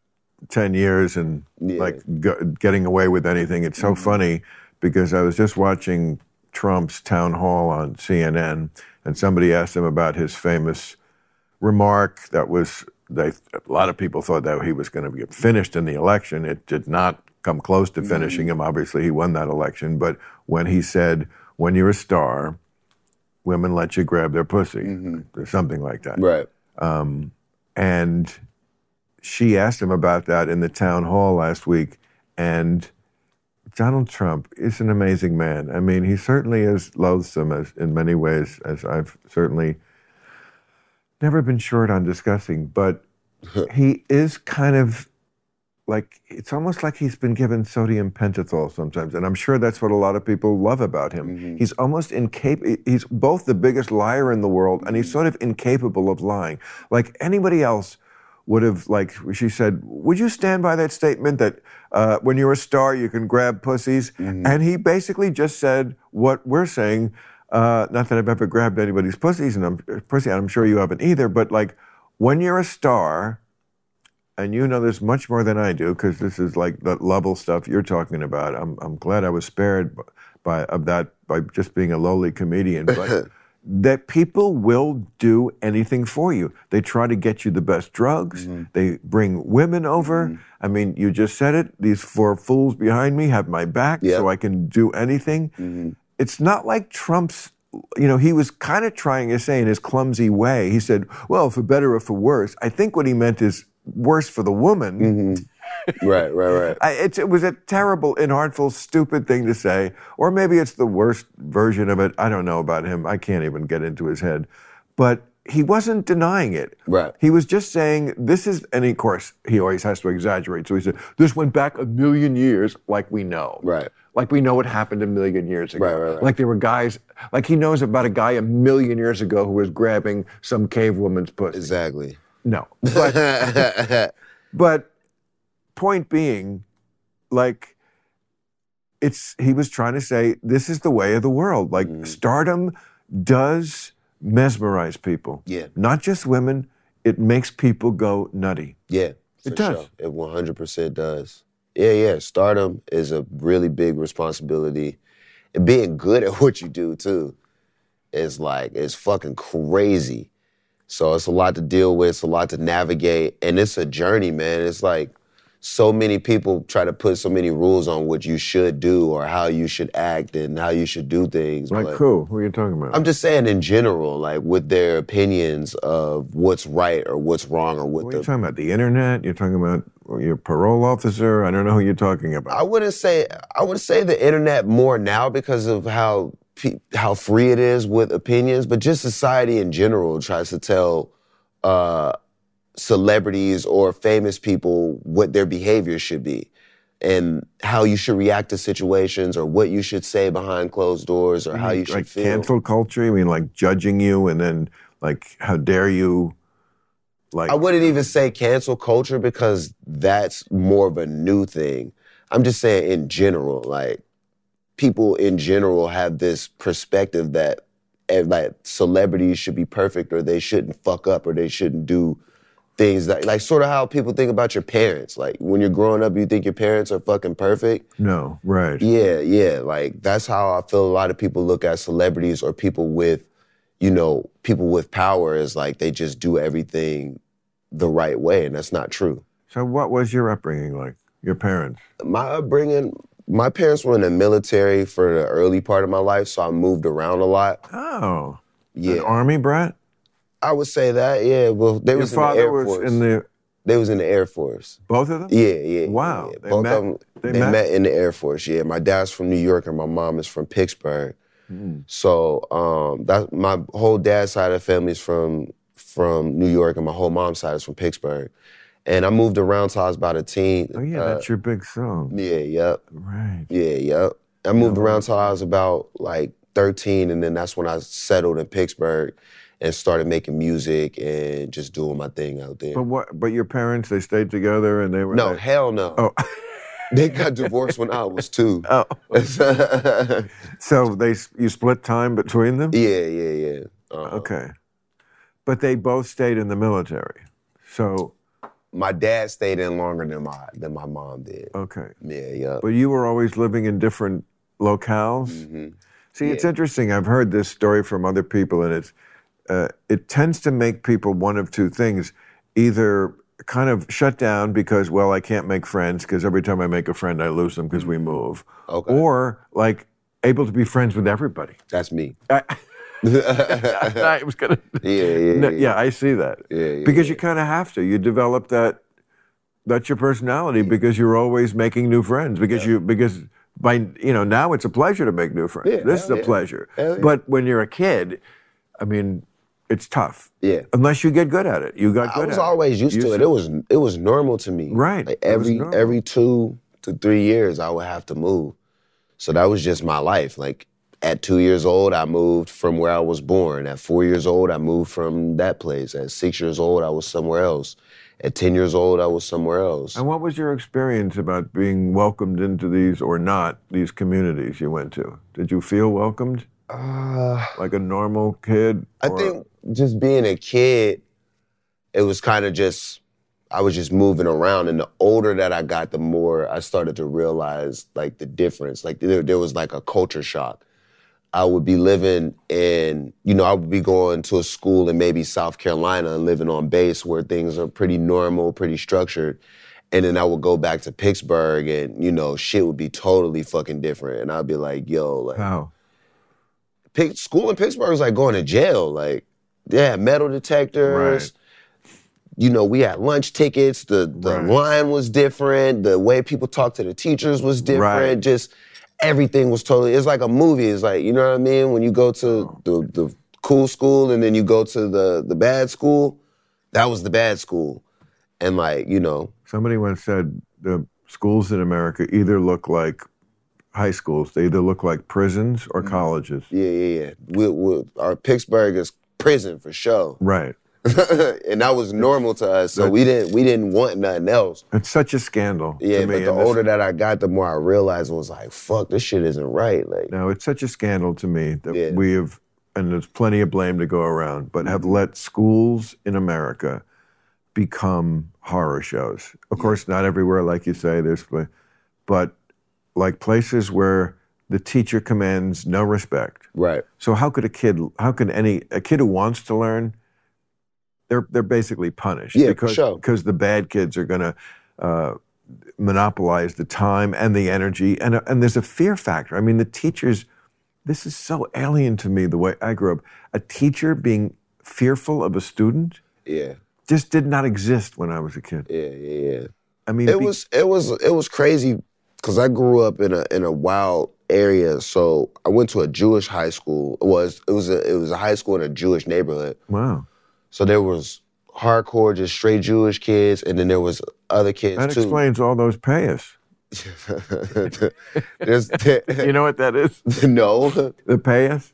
Speaker 1: 10 years and
Speaker 2: Yeah.
Speaker 1: like go, getting away with anything it's so funny because i was just watching trump's town hall on cnn and somebody asked him about his famous remark that was they a lot of people thought that he was going to get finished in the election it did not come close to finishing him obviously he won that election but when he said when you're a star women let you grab their pussy or something like that
Speaker 2: Right.
Speaker 1: and she asked him about that in the town hall last week. And Donald Trump is an amazing man. I mean, he certainly is loathsome as, in many ways, as I've certainly never been short on discussing, but he is kind of like it's almost like he's been given sodium pentothal sometimes and i'm sure that's what a lot of people love about him he's almost incapable he's both the biggest liar in the world and he's sort of incapable of lying like anybody else would have like she said would you stand by that statement that uh, when you're a star you can grab pussies and he basically just said what we're saying uh, not that i've ever grabbed anybody's pussies and i'm uh, pussy and i'm sure you haven't either but like when you're a star and you know this much more than I do because this is like the level stuff you're talking about. I'm, I'm glad I was spared b- by of that by just being a lowly comedian, but that people will do anything for you. They try to get you the best drugs. They bring women over. I mean, you just said it. These four fools behind me have my back,
Speaker 2: Yeah.
Speaker 1: so I can do anything. It's not like Trump's. You know, he was kind of trying to say in his clumsy way. He said, "Well, for better or for worse." I think what he meant is worse for the woman.
Speaker 2: Mm-hmm. Right, right, right.
Speaker 1: I, it's it was a terrible, inartful, stupid thing to say, or maybe it's the worst version of it. I don't know about him. I can't even get into his head. But he wasn't denying it.
Speaker 2: Right.
Speaker 1: He was just saying, this is, and of course, he always has to exaggerate. So he said, this went back a million years, like we know.
Speaker 2: Right.
Speaker 1: Like we know what happened a million years ago.
Speaker 2: Right, right, right.
Speaker 1: Like there were guys, like he knows about a guy a million years ago who was grabbing some cave woman's pussy.
Speaker 2: Exactly.
Speaker 1: No. But But point being, like, it's he was trying to say this is the way of the world. Like,
Speaker 2: Mm.
Speaker 1: stardom does mesmerize people.
Speaker 2: Yeah.
Speaker 1: Not just women. It makes people go nutty.
Speaker 2: Yeah,
Speaker 1: It
Speaker 2: for
Speaker 1: does.
Speaker 2: sure. It one hundred percent does. Yeah, yeah. Stardom is a really big responsibility, and being good at what you do too is like it's fucking crazy. So it's a lot to deal with. It's a lot to navigate, and it's a journey, man. It's like so many people try to put so many rules on what you should do or how you should act and how you should do things.
Speaker 1: Like
Speaker 2: but-
Speaker 1: who? Who are you talking about?
Speaker 2: I'm just saying in general, like with their opinions of what's right or what's wrong or what
Speaker 1: what are
Speaker 2: the
Speaker 1: you talking about? The internet? You're talking about your parole officer? I don't know who you're talking about.
Speaker 2: I wouldn't say I would say the internet more now because of how pe- how free it is with opinions, but just society in general tries to tell uh, celebrities or famous people what their behavior should be and how you should react to situations or what you should say behind closed doors or how you should
Speaker 1: like
Speaker 2: feel.
Speaker 1: cancel culture? You mean like judging you and then like how dare you? Like
Speaker 2: I wouldn't even say cancel culture because that's more of a new thing. I'm just saying in general, like people in general have this perspective that eh, like celebrities should be perfect or they shouldn't fuck up or they shouldn't do things that like sort of how people think about your parents. Like when you're growing up, you think your parents are fucking perfect.
Speaker 1: no, right?
Speaker 2: Yeah, yeah. Like that's how I feel a lot of people look at celebrities or people with, you know, people with power is like they just do everything the right way, and that's not true.
Speaker 1: So what was your upbringing like? Your parents?
Speaker 2: My upbringing, my parents were in the military for the early part of my life, so I moved around a lot.
Speaker 1: Oh, an
Speaker 2: Yeah,
Speaker 1: army brat.
Speaker 2: I would say that. Yeah, well, they
Speaker 1: Your
Speaker 2: was in the
Speaker 1: father
Speaker 2: Air
Speaker 1: was
Speaker 2: Force.
Speaker 1: in the
Speaker 2: they was in the Air Force.
Speaker 1: both of them.
Speaker 2: Yeah, yeah.
Speaker 1: Wow,
Speaker 2: yeah.
Speaker 1: they
Speaker 2: Both
Speaker 1: met-
Speaker 2: of them,
Speaker 1: they
Speaker 2: they,
Speaker 1: met?
Speaker 2: met? in the Air Force. Yeah, my dad's from New York and my mom is from Pittsburgh.
Speaker 1: Mm.
Speaker 2: So um, that my whole dad's side of the family is from from New York, and my whole mom's side is from Pittsburgh. And I moved around till I was about a teen.
Speaker 1: Oh yeah,
Speaker 2: Uh,
Speaker 1: that's your big song,
Speaker 2: yeah, yep,
Speaker 1: right?
Speaker 2: yeah, yep. I moved around till I was about like 13, and then that's when I settled in Pittsburgh and started making music and just doing my thing out there.
Speaker 1: But what? But your parents, they stayed together and they were
Speaker 2: no,
Speaker 1: Like,
Speaker 2: hell no.
Speaker 1: oh,
Speaker 2: They got divorced when I was two.
Speaker 1: oh.
Speaker 2: yeah,
Speaker 1: So they s- you split time between them?
Speaker 2: yeah, yeah. Uh,
Speaker 1: Okay, but they both stayed in the military. So
Speaker 2: my dad stayed in longer than my than my mom did.
Speaker 1: okay,
Speaker 2: Yeah, yeah.
Speaker 1: but you were always living in different locales.
Speaker 2: Mhm.
Speaker 1: See, it's interesting. I've heard this story from other people, and it's uh, it tends to make people one of two things: either kind of shut down because well, I can't make friends because every time I make a friend, I lose them because we move,
Speaker 2: Okay,
Speaker 1: or like able to be friends with everybody.
Speaker 2: that's me.
Speaker 1: I,
Speaker 2: yeah,
Speaker 1: I was gonna.
Speaker 2: yeah,
Speaker 1: No,
Speaker 2: yeah, yeah,
Speaker 1: yeah, I see that
Speaker 2: yeah.
Speaker 1: because you kind of have to. You develop that. That's your personality because you're always making new friends. Because you because by you know now it's a pleasure to make new friends.
Speaker 2: Yeah,
Speaker 1: this is a
Speaker 2: hell yeah.
Speaker 1: pleasure.
Speaker 2: Hell yeah.
Speaker 1: But when you're a kid, I mean, it's tough
Speaker 2: yeah.
Speaker 1: unless you get good at it. You got
Speaker 2: I
Speaker 1: good
Speaker 2: was
Speaker 1: at it.
Speaker 2: always used
Speaker 1: Used
Speaker 2: to it.
Speaker 1: to-
Speaker 2: It was it was normal to me.
Speaker 1: Right,
Speaker 2: Like
Speaker 1: it was
Speaker 2: every
Speaker 1: normal.
Speaker 2: every two to three years, I would have to move. So that was just my life. Like at two years old, I moved from where I was born. At four years old, I moved from that place. At six years old, I was somewhere else. At ten years old, I was somewhere else.
Speaker 1: And what was your experience about being welcomed into these or not these communities you went to? Did you feel welcomed
Speaker 2: Uh,
Speaker 1: like a normal kid?
Speaker 2: I
Speaker 1: or-
Speaker 2: think just being a kid, it was kind of just I was just moving around, and the older that I got, the more I started to realize like the difference. Like there, there was like a culture shock. I would be living in, you know, I would be going to a school in maybe South Carolina and living on base where things are pretty normal, pretty structured. And then I would go back to Pittsburgh and, you know, shit would be totally fucking different. And I'd be like, yo, like,
Speaker 1: How?
Speaker 2: Pitt, school in Pittsburgh is like going to jail. Like, yeah, metal detectors.
Speaker 1: Right.
Speaker 2: You know, we had lunch tickets. The the
Speaker 1: Right.
Speaker 2: line was different. The way people talked to the teachers was different.
Speaker 1: Right.
Speaker 2: Just everything was totally. It's like a movie. It's like you know what I mean. When you go
Speaker 1: Oh.
Speaker 2: to the the cool school and then you go to the the bad school, that was the bad school. And like you know,
Speaker 1: Somebody once said the schools in America either look like high schools, they either look like prisons
Speaker 2: Mm.
Speaker 1: or colleges.
Speaker 2: yeah, yeah, yeah. We, we, our Pittsburgh is prison for sure.
Speaker 1: Right.
Speaker 2: and that was normal to us. So we didn't we didn't want nothing else.
Speaker 1: It's such a scandal.
Speaker 2: Yeah,
Speaker 1: to me.
Speaker 2: but the
Speaker 1: and this-
Speaker 2: older that I got, the more I realized it was like, fuck, this shit isn't right. Like,
Speaker 1: No, it's such a scandal to me that
Speaker 2: Yeah.
Speaker 1: we have, and there's plenty of blame to go around, but have let schools in America become horror shows. Of course, not everywhere, like you say, there's, but- but like places where the teacher commands no respect.
Speaker 2: right.
Speaker 1: So how could a kid? How can any a kid who wants to learn? They're they're basically punished.
Speaker 2: Yeah, for
Speaker 1: because,
Speaker 2: sure.
Speaker 1: Because the bad kids are going to uh, monopolize the time and the energy, and uh, and there's a fear factor. I mean, the teachers. This is so alien to me. The way I grew up, a teacher being fearful of a student
Speaker 2: Yeah,
Speaker 1: just did not exist when I was a kid.
Speaker 2: yeah, yeah, yeah.
Speaker 1: I mean,
Speaker 2: It
Speaker 1: be-
Speaker 2: was it was it was crazy because I grew up in a in a wild area. So I went to a Jewish high school. It was it was a, it was a high school in a Jewish neighborhood.
Speaker 1: wow.
Speaker 2: So there was hardcore, just straight Jewish kids, and then there was other kids
Speaker 1: That
Speaker 2: too.
Speaker 1: explains all those payas.
Speaker 2: There's
Speaker 1: You know what that is?
Speaker 2: no the
Speaker 1: The payas.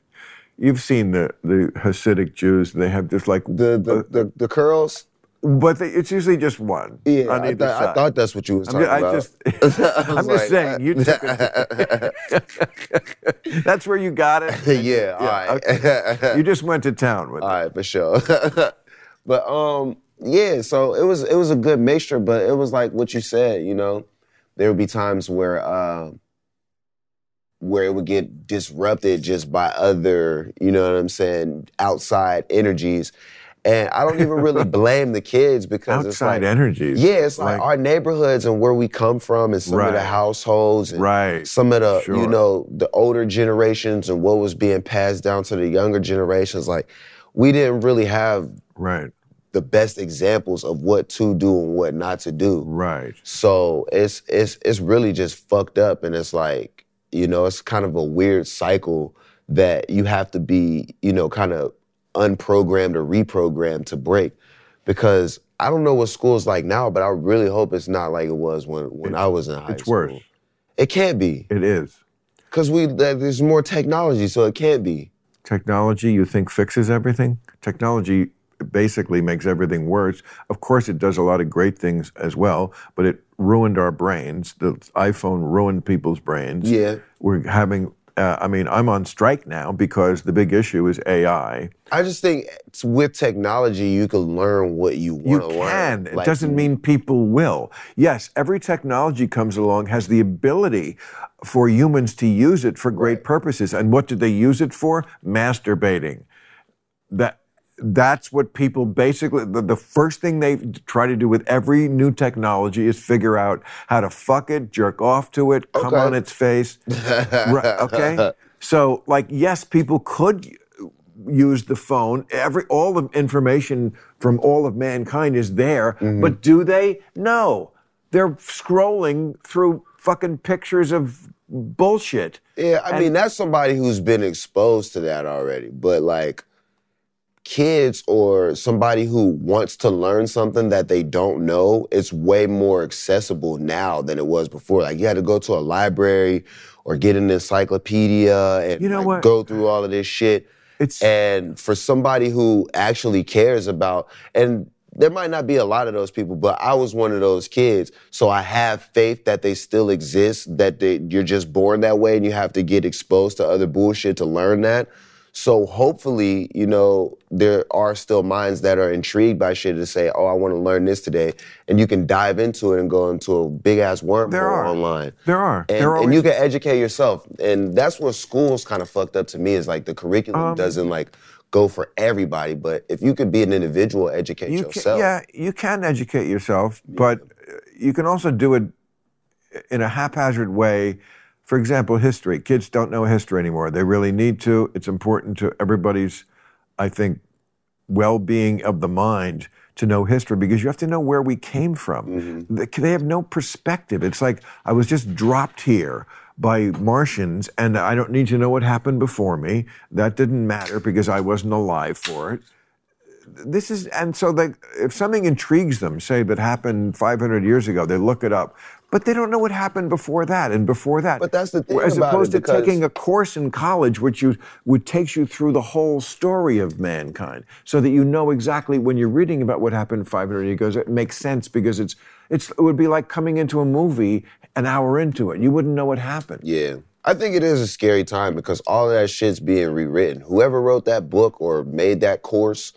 Speaker 1: You've seen the the Hasidic Jews. They have just like,
Speaker 2: the the, the curls.
Speaker 1: but they, it's usually just one
Speaker 2: Yeah,
Speaker 1: on
Speaker 2: I,
Speaker 1: either
Speaker 2: thought- I
Speaker 1: side.
Speaker 2: thought that's what you was
Speaker 1: I'm
Speaker 2: talking
Speaker 1: ju- I
Speaker 2: about.
Speaker 1: just,
Speaker 2: I
Speaker 1: I'm
Speaker 2: was
Speaker 1: just
Speaker 2: like,
Speaker 1: saying, you took it. that's where you got it.
Speaker 2: yeah, all right, Uh,
Speaker 1: You just went to town with
Speaker 2: all right, for sure. but um, yeah, so it was it was a good mixture, but it was like what you said, you know, there would be times where uh, where it would get disrupted just by other, you know what I'm saying, outside energies. And I don't even really blame the kids
Speaker 1: it.
Speaker 2: because it's
Speaker 1: outside
Speaker 2: like,
Speaker 1: energies.
Speaker 2: Yeah, it's like,
Speaker 1: Like-
Speaker 2: our neighborhoods and where we come from and some of the
Speaker 1: Right.
Speaker 2: households and
Speaker 1: Right.
Speaker 2: some of the you
Speaker 1: Sure.
Speaker 2: know the older generations and what was being passed down to the younger generations like we didn't really have
Speaker 1: Right.
Speaker 2: the best examples of what to do and what not to do.
Speaker 1: Right.
Speaker 2: So it's it's it's really just fucked up and it's like, you know, it's kind of a weird cycle that you have to be, you know, kind of unprogrammed or reprogrammed to break because I don't know what school's like now, but I really hope it's not like it was when when I was in high
Speaker 1: It's
Speaker 2: school.
Speaker 1: worse.
Speaker 2: It can't be
Speaker 1: It is.
Speaker 2: because we there- there's more technology, so it can't be.
Speaker 1: Technology, you think, fixes everything? Technology basically makes everything worse. Of course, it does a lot of great things as well, but it ruined our brains. The iPhone ruined people's brains.
Speaker 2: Yeah,
Speaker 1: We're having, uh, I mean, I'm on strike now because the big issue is AI.
Speaker 2: I just think it's- with technology you can learn what you
Speaker 1: You
Speaker 2: want to learn.
Speaker 1: can. It
Speaker 2: Like,
Speaker 1: doesn't mean people will. Yes, every technology comes along has the ability for humans to use it for great purposes. And what did they use it for? Masturbating. That that's what people basically the, the first thing they try to do with every new technology is figure out how to fuck it, jerk off to it, come
Speaker 2: Okay.
Speaker 1: on its face. right, okay? So like yes, people could use the phone. Every all the information from all of mankind is there,
Speaker 2: Mm-hmm.
Speaker 1: but do they? No. They're scrolling through fucking pictures of bullshit.
Speaker 2: Yeah, I mean that's somebody who's been exposed to that already. But like kids or somebody who wants to learn something that they don't know, it's way more accessible now than it was before. Like you had to go to a library or get an encyclopedia and
Speaker 1: You know
Speaker 2: like,
Speaker 1: what?
Speaker 2: go through all of this shit.
Speaker 1: It's
Speaker 2: And for somebody who actually cares about, and there might not be a lot of those people, but I was one of those kids. So I have faith that they still exist, that they, you're just born that way and you have to get exposed to other bullshit to learn that. So hopefully, you know, there are still minds that are intrigued by shit to say, oh, I want to learn this today. And you can dive into it and go into a big ass wormhole
Speaker 1: There are.
Speaker 2: online.
Speaker 1: there are.
Speaker 2: And,
Speaker 1: there are
Speaker 2: and you can educate yourself. And that's where school's kind of fucked up to me is like the curriculum
Speaker 1: Um,
Speaker 2: doesn't like go for everybody. But if you could be an individual, educate
Speaker 1: you Can,
Speaker 2: yourself.
Speaker 1: yeah, you can educate yourself, but uh, you can also do it in a haphazard way. For example, history. Kids don't know history anymore. They really need to. It's important to everybody's, I think, well being of the mind to know history because you have to know where we came from.
Speaker 2: Mm-hmm.
Speaker 1: They- They have no perspective. It's like I was just dropped here by Martians and I don't need to know what happened before me. That didn't matter because I wasn't alive for it this is and so they if something intrigues them say that happened 500 years ago they look it up but they don't know what happened before that and before that
Speaker 2: But that's the thing
Speaker 1: as
Speaker 2: about it,
Speaker 1: opposed to
Speaker 2: because-
Speaker 1: taking a course in college which you which takes you through the whole story of mankind so that you know exactly when you're reading about what happened 500 years ago it makes sense because it's it's it would be like coming into a movie an hour into it you wouldn't know what happened
Speaker 2: Yeah. I think it is a scary time because all of that shit's being rewritten. Whoever wrote that book or made that course,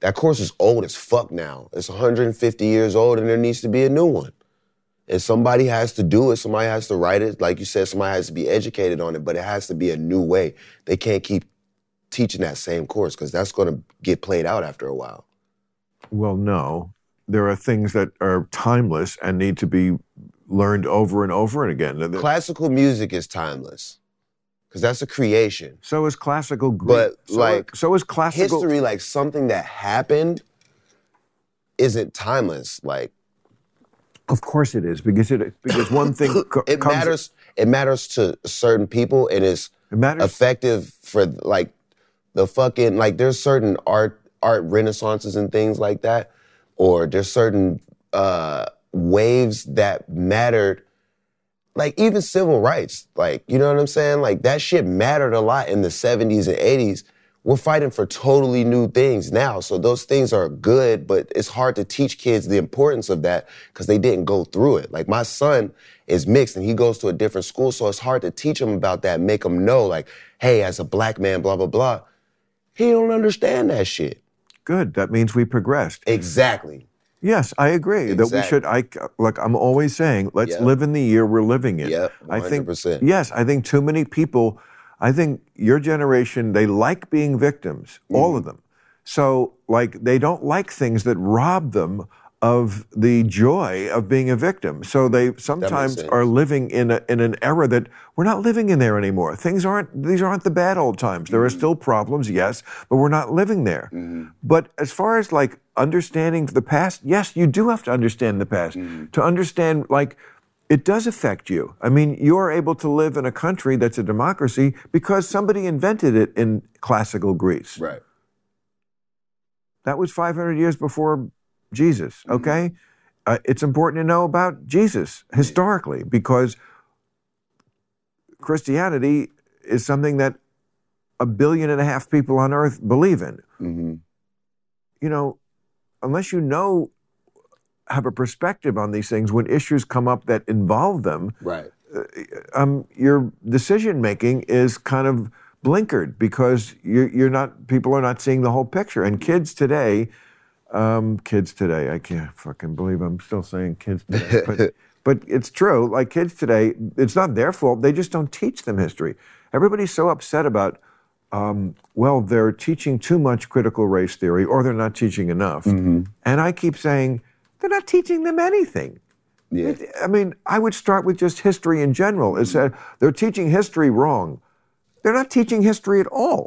Speaker 2: that course is old as fuck now. It's 150 years old and there needs to be a new one. And somebody has to do it. Somebody has to write it. Like you said, somebody has to be educated on it, but it has to be a new way. They can't keep teaching that same course because that's going to get played out after a while.
Speaker 1: Well, no. There are things that are timeless and need to be learned over and over and again. The- the-
Speaker 2: Classical music is timeless because that's a creation.
Speaker 1: So is classical Greek.
Speaker 2: But,
Speaker 1: so
Speaker 2: like,
Speaker 1: are- so is classical.
Speaker 2: History, like something that happened, isn't timeless. Like,
Speaker 1: Of course it is because it because one thing co-
Speaker 2: It
Speaker 1: comes-
Speaker 2: matters. It matters to certain people, and it's
Speaker 1: It matters.
Speaker 2: effective for like the fucking like. There's certain art art renaissances and things like that, or there's certain uh, waves that mattered. Like even civil rights, like you know what I'm saying. Like that shit mattered a lot in the 70s and 80s. We're fighting for totally new things now, so those things are good, but it's hard to teach kids the importance of that because they didn't go through it. Like my son is mixed and he goes to a different school, so it's hard to teach him about that, make him know, like, hey, as a black man, blah blah blah. He don't understand that shit.
Speaker 1: good. That means we progressed.
Speaker 2: Exactly.
Speaker 1: Yes, I agree that we
Speaker 2: Exactly.
Speaker 1: should. I like. I'm always saying, let's
Speaker 2: Yep.
Speaker 1: live in the year we're living in.
Speaker 2: Yep,
Speaker 1: I think.
Speaker 2: 100%.
Speaker 1: Yes, I think too many people. I think your generation they like being victims,
Speaker 2: Mm.
Speaker 1: all of them. So like they don't like things that rob them of the joy of being a victim. So they sometimes
Speaker 2: sense.
Speaker 1: are living in a, in an era that we're not living in there anymore. Things aren't these aren't the bad old times. There are still problems, yes, but we're not living there. But as far as like understanding the past, yes, you do have to understand the past to understand like it does affect you. I mean, you're able to live in a country that's a democracy because somebody invented it in classical Greece.
Speaker 2: Right.
Speaker 1: That was 500 years before Jesus, okay? Uh, it's important to know about Jesus historically because Christianity is something that a billion and a half people on earth believe in.
Speaker 2: Mm-hmm.
Speaker 1: You know, unless you know, have a perspective on these things when issues come up that involve them,
Speaker 2: Right.
Speaker 1: um, your decision making is kind of blinkered because you're, you're not people are not seeing the whole picture and kids today um, kids today i can't fucking believe i'm still saying kids today but, but it's true like kids today it's not their fault they just don't teach them history everybody's so upset about um, well they're teaching too much critical race theory or they're not teaching enough and i keep saying they're not teaching them anything
Speaker 2: Yeah.
Speaker 1: it- I mean, I would start with just history in general. It said they're teaching history wrong. They're not teaching history at all.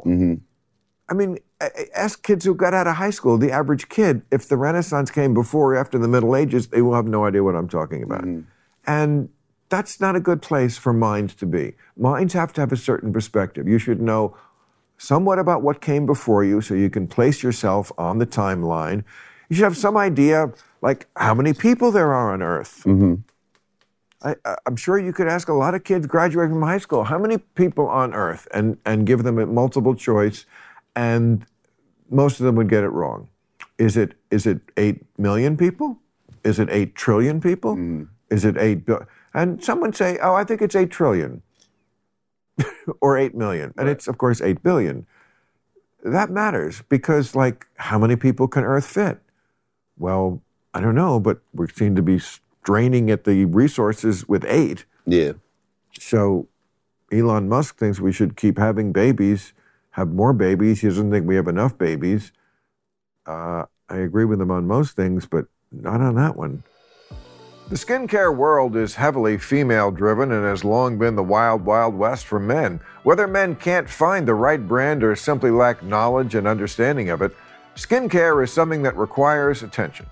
Speaker 1: I mean, a- a- ask kids who got out of high school, the average kid, if the Renaissance came before or after the Middle Ages, they will have no idea what I'm talking about. And that's not a good place for minds to be. Minds have to have a certain perspective. You should know somewhat about what came before you so you can place yourself on the timeline. You should have some idea, like how many people there are on Earth. I, I- I'm sure you could ask a lot of kids graduating from high school how many people on Earth, and and give them a multiple choice, and most of them would get it wrong. Is it is it eight million people? Is it eight trillion people? Is it eight? Bi- and some would say, oh, I think it's eight trillion, or eight million, and it's of course eight billion. That matters because, like, how many people can Earth fit? Well, I don't know, but we seem to be straining at the resources with eight.
Speaker 2: Yeah.
Speaker 1: So Elon Musk thinks we should keep having babies, have more babies. He doesn't think we have enough babies. Uh, I agree with him on most things, but not on that one. The skincare world is heavily female driven and has long been the wild, wild west for men. Whether men can't find the right brand or simply lack knowledge and understanding of it, skincare is something that requires attention.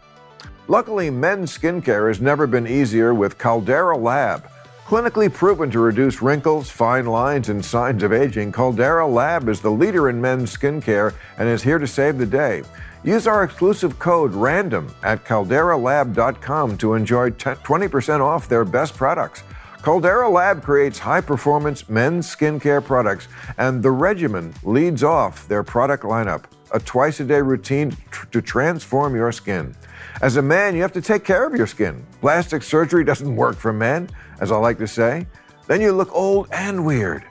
Speaker 1: Luckily, men's skincare has never been easier with Caldera Lab. Clinically proven to reduce wrinkles, fine lines, and signs of aging, Caldera Lab is the leader in men's skincare and is here to save the day. Use our exclusive code RANDOM at calderalab.com to enjoy 10 20% off their best products. Caldera Lab creates high performance men's skincare products, and The Regimen leads off their product lineup, a twice a day routine tr- to transform your skin. As a man, you have to take care of your skin. Plastic surgery doesn't work for men, as I like to say. Then you look old and weird.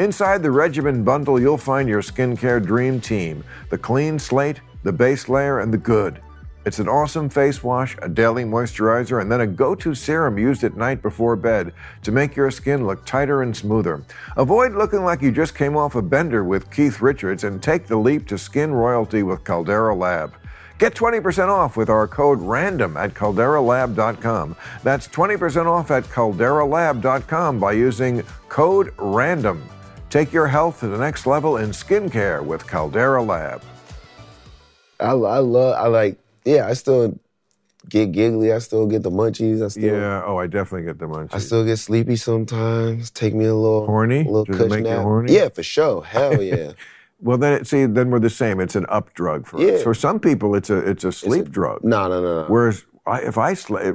Speaker 1: Inside the Regimen bundle, you'll find your skincare dream team the clean slate, the base layer, and the good. It's an awesome face wash, a daily moisturizer, and then a go to serum used at night before bed to make your skin look tighter and smoother. Avoid looking like you just came off a bender with Keith Richards and take the leap to skin royalty with Caldera Lab. Get 20% off with our code RANDOM at calderalab.com. That's 20% off at calderalab.com by using code RANDOM. Take your health to the next level in skincare with Caldera Lab.
Speaker 2: I, I love I like yeah I still get giggly. I still get the munchies. I still
Speaker 1: Yeah. Oh, I definitely get the munchies.
Speaker 2: I still get sleepy sometimes. Take me a little
Speaker 1: Horny?
Speaker 2: a little
Speaker 1: Does it
Speaker 2: cush
Speaker 1: make you
Speaker 2: nap.
Speaker 1: horny?
Speaker 2: Yeah, for sure. Hell yeah.
Speaker 1: well, then it- see, then we're the same. It's an up drug for us.
Speaker 2: Yeah.
Speaker 1: For some people, it's a it's a sleep drug.
Speaker 2: no, no, no. no.
Speaker 1: Whereas I, if I sl- uh,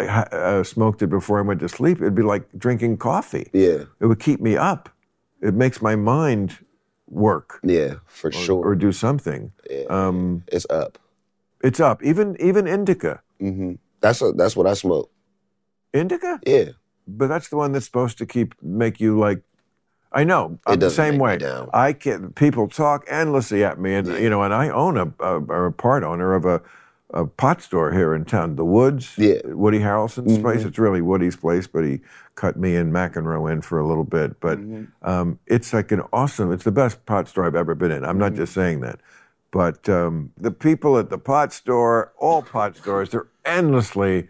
Speaker 1: uh, smoked it before I went to sleep, it'd be like drinking coffee.
Speaker 2: Yeah,
Speaker 1: It would keep me up. It makes my mind work
Speaker 2: yeah, for sure.
Speaker 1: or do something.
Speaker 2: Yeah.
Speaker 1: Um,
Speaker 2: it's up.
Speaker 1: it's up. Even even indica.
Speaker 2: hmm That's a, that's what I smoke.
Speaker 1: Indica.
Speaker 2: Yeah,
Speaker 1: But that's the one that's supposed to keep make you like. I know. I'm the
Speaker 2: doesn't
Speaker 1: same
Speaker 2: make me
Speaker 1: way.
Speaker 2: down.
Speaker 1: I can. People talk endlessly at me, and you know, and I own a, a or a part owner of a, a pot store here in town, the Woods.
Speaker 2: Yeah. Mm-hmm.
Speaker 1: Woody Harrelson's place. It's really Woody's place, but he cut me and McEnroe in for a little bit. But
Speaker 2: Mm-hmm.
Speaker 1: um, it's like an awesome. It's the best pot store I've ever been in. I'm
Speaker 2: Mm-hmm.
Speaker 1: not just saying that. But um, the people at the pot store, all pot stores, they're endlessly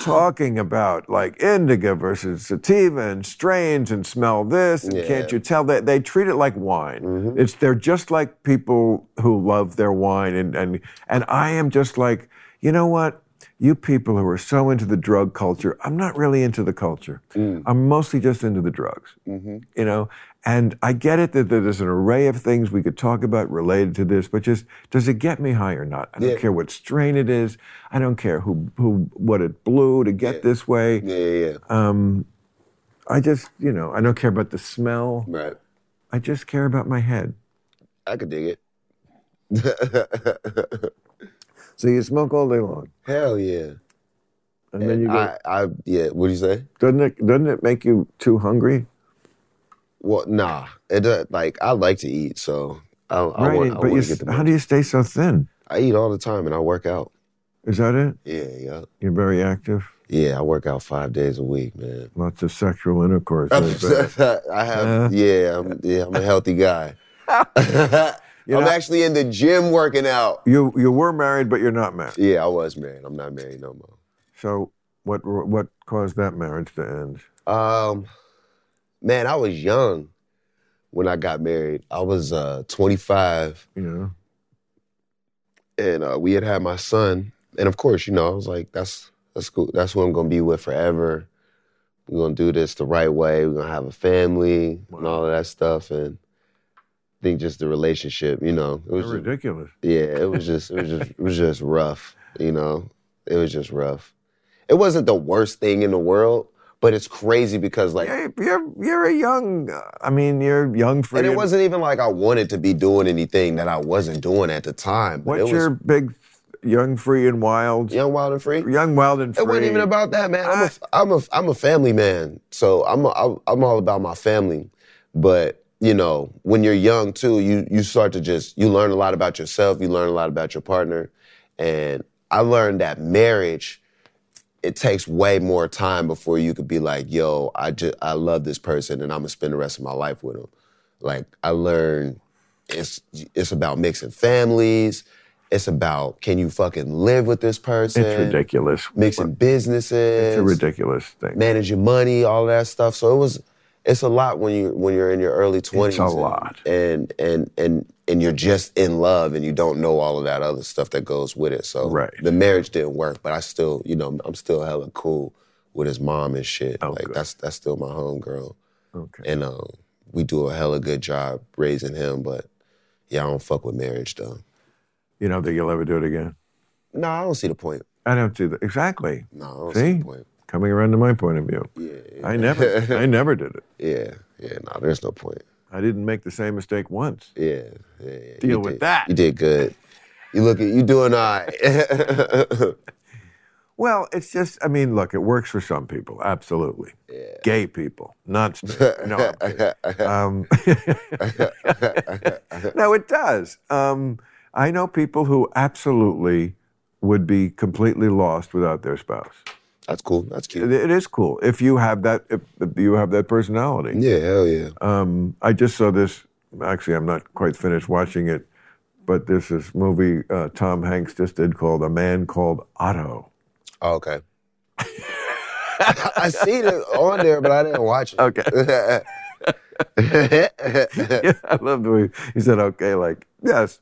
Speaker 1: talking about like indica versus sativa and strains and smell this and
Speaker 2: Yeah.
Speaker 1: can't you tell that they treat it like wine
Speaker 2: Mm-hmm.
Speaker 1: it's they're just like people who love their wine and and and i am just like you know what you people who are so into the drug culture i'm not really into the culture
Speaker 2: Mm.
Speaker 1: i'm mostly just into the drugs
Speaker 2: Mm-hmm.
Speaker 1: you know and i get it that there's an array of things we could talk about related to this but just does it get me high or not i don't
Speaker 2: Yeah.
Speaker 1: care what strain it is i don't care who, who what it blew to get this way Um,
Speaker 2: yeah, yeah, yeah.
Speaker 1: Uh. i just you know i don't care about the smell
Speaker 2: right.
Speaker 1: i just care about my head
Speaker 2: I could dig it.
Speaker 1: so you smoke all day long
Speaker 2: Hell yeah.
Speaker 1: and then you go
Speaker 2: I, I, yeah. What do you say?
Speaker 1: doesn't it doesn't it make you too hungry
Speaker 2: Well, nah. It does, like I like to eat, so I, I want. I
Speaker 1: but
Speaker 2: want
Speaker 1: you,
Speaker 2: to get the.
Speaker 1: s- how do you stay so thin
Speaker 2: I eat all the time, and I work out.
Speaker 1: is that it
Speaker 2: Yeah, yeah,
Speaker 1: you're very active
Speaker 2: yeah. I work out five days a week, man.
Speaker 1: lots of sexual intercourse I bet.
Speaker 2: I have, yeah, I'm, yeah. I'm a healthy guy. I'm
Speaker 1: know-
Speaker 2: actually in the gym working out.
Speaker 1: you you were married but you're not married
Speaker 2: Yeah, I was married. I'm not married no more.
Speaker 1: So what what caused that marriage to end?
Speaker 2: Um, man, I was young when I got married. I was uh, 25,
Speaker 1: You know,
Speaker 2: and uh, we had had my son. And of course, you know, I was like, "That's that's cool. That's who I'm gonna be with forever. We're gonna do this the right way. We're gonna have a family and all of that stuff." And I think just the relationship, you know, it was just-
Speaker 1: ridiculous.
Speaker 2: yeah, it was just it was just it was just rough, you know. It was just rough. It wasn't the worst thing in the world, but it's crazy because like
Speaker 1: Hey, you're you're a young. I mean, you're young free.
Speaker 2: and it wasn't even like I wanted to be doing anything that I wasn't doing at the time. But
Speaker 1: What's
Speaker 2: it was
Speaker 1: your big young free and wild?
Speaker 2: young, wild, and free.
Speaker 1: Young wild and free.
Speaker 2: It wasn't even about that, man. I'm a, I'm a, I'm a family man, so I'm, a, I'm, I'm all about my family. But you know, when you're young too, you you start to just you learn a lot about yourself. You learn a lot about your partner, and I learned that marriage. It takes way more time before you could be like, "Yo, I just I love this person, and I'm gonna spend the rest of my life with him." Like I learned, it's it's about mixing families. It's about can you fucking live with this person?
Speaker 1: It's ridiculous.
Speaker 2: mixing businesses,
Speaker 1: It's a ridiculous thing.
Speaker 2: managing money, all that stuff. So it was it's a lot when you when you're in your early twenties.
Speaker 1: a lot.
Speaker 2: And and and and you're just in love and you don't know all of that other stuff that goes with it. So
Speaker 1: Right.
Speaker 2: the marriage didn't work, but I still, you know, I'm still hella cool with his mom and shit. like
Speaker 1: Oh, good.
Speaker 2: that's that's still my homegirl.
Speaker 1: Okay.
Speaker 2: And um we do a hella good job raising him, but yeah, I don't fuck with marriage though.
Speaker 1: You don't think you'll ever do it again?
Speaker 2: No, I don't see the point.
Speaker 1: I don't do that. Exactly.
Speaker 2: No, I don't see
Speaker 1: See,
Speaker 2: the point.
Speaker 1: coming around to my point of view. Yeah. I never. I never did it.
Speaker 2: Yeah, yeah, no, there's no point.
Speaker 1: I didn't make the same mistake once.
Speaker 2: Yeah, yeah, yeah.
Speaker 1: Deal
Speaker 2: You
Speaker 1: with
Speaker 2: did-
Speaker 1: that.
Speaker 2: You did good. You look at you doing all right.
Speaker 1: Well, it's just, I mean, look, it works for some people, absolutely. Gay people, not straight. No, I'm kidding. um, no, it does. Um, I know people who absolutely would be completely lost without their spouse.
Speaker 2: That's cool. That's
Speaker 1: It,
Speaker 2: cute.
Speaker 1: it is cool if you have that. If, if you have that personality.
Speaker 2: Yeah, hell yeah.
Speaker 1: Um, I just saw this. Actually, I'm not quite finished watching it, but there's this movie uh, Tom Hanks just did called A Man Called Otto.
Speaker 2: Oh, okay. I, I seen it on there, but I didn't watch it.
Speaker 1: Okay.
Speaker 2: Okay.
Speaker 1: yeah, I love the way he said, okay, like, yes,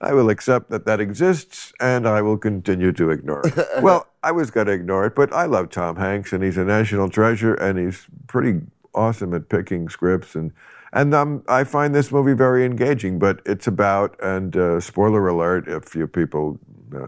Speaker 1: I will accept that that exists and I will continue to ignore it. well, I was going to ignore it, but I love Tom Hanks and he's a national treasure and he's pretty awesome at picking scripts and and um, I find this movie very engaging. But it's about and uh, spoiler alert if you people uh,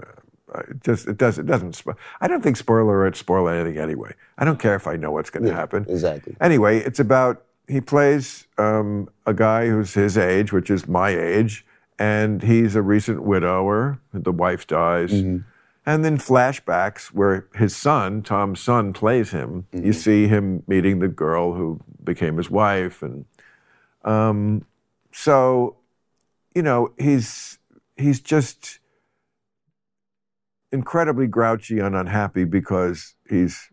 Speaker 1: it just it does it doesn't spo- I don't think spoiler alerts spoil anything anyway. I don't care if I know what's going to happen.
Speaker 2: Exactly.
Speaker 1: Anyway, it's about he plays um, a guy who's his age, which is my age, and he's a recent widower. The wife dies. And then flashbacks where his son, Tom's son, plays him. You see him meeting the girl who became his wife, and um, so, you know, he's he's just incredibly grouchy and unhappy because he's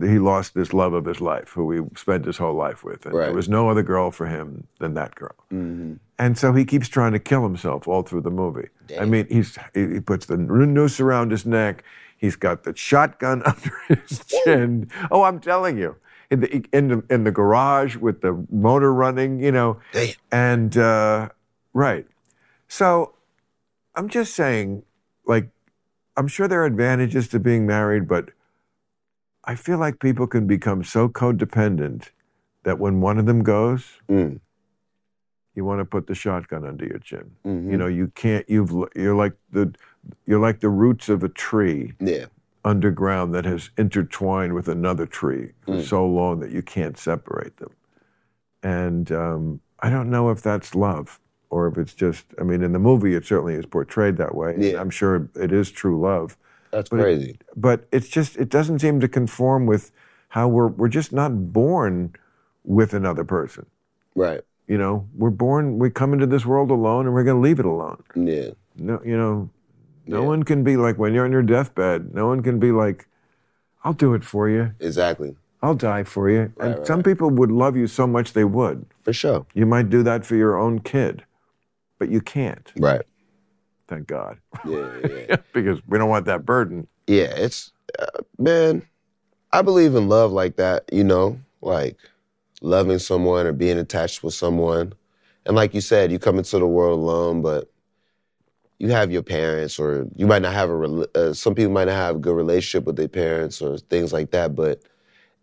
Speaker 1: he lost this love of his life, who he spent his whole life with, and there
Speaker 2: Right.
Speaker 1: was no other girl for him than that girl. And so he keeps trying to kill himself all through the movie. I mean, he's he, he puts the noose around his neck. He's got the shotgun under his chin. Oh, I'm telling you, in the in the, in the garage with the motor running, you know,
Speaker 2: Damn.
Speaker 1: and uh, right. So I'm just saying, like, I'm sure there are advantages to being married, but I feel like people can become so codependent that when one of them goes,
Speaker 2: Mm.
Speaker 1: you want to put the shotgun under your chin.
Speaker 2: Mhm.
Speaker 1: You know, you can't. You've l- you're like the you're like the roots of a tree
Speaker 2: Yeah.
Speaker 1: underground that has intertwined with another tree for so long that you can't separate them. And um, I don't know if that's love or if it's just. I mean, in the movie, it certainly is portrayed that way. and
Speaker 2: Yeah.
Speaker 1: I'm sure it is true love,
Speaker 2: That's
Speaker 1: But it-
Speaker 2: crazy.
Speaker 1: but it's just it doesn't seem to conform with how we're we're just not born with another person.
Speaker 2: Right.
Speaker 1: You know, we're born, we come into this world alone, and we're going to leave it alone.
Speaker 2: Yeah.
Speaker 1: No, you know, no
Speaker 2: Yeah.
Speaker 1: one can be like when you're on your deathbed. No one can be like, "I'll do it for you.
Speaker 2: Exactly.
Speaker 1: I'll die for you." and
Speaker 2: right,
Speaker 1: some people would love you so much they would.
Speaker 2: For sure.
Speaker 1: You might do that for your own kid, but you can't.
Speaker 2: Right.
Speaker 1: Thank God,
Speaker 2: Yeah. Yeah.
Speaker 1: because we don't want that burden.
Speaker 2: yeah, it's uh, man, I believe in love like that, you know, like loving someone or being attached with someone. And like you said, you come into the world alone, but you have your parents, or you might not have a. rel- Uh, some people might not have a good relationship with their parents, or things like that. But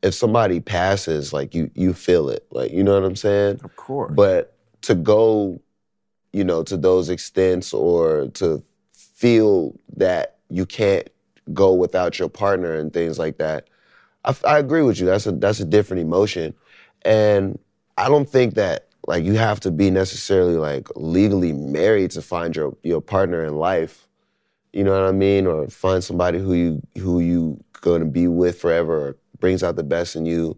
Speaker 2: if somebody passes, like you, you feel it, like you know what I'm saying.
Speaker 1: Of course.
Speaker 2: But to go, you know, to those extents or to feel that you can't go without your partner and things like that, I, f- I agree with you. That's a that's a different emotion, and I don't think that like you have to be necessarily like legally married to find your your partner in life. You know what I mean, or find somebody who you who you gonna be with forever, or brings out the best in you,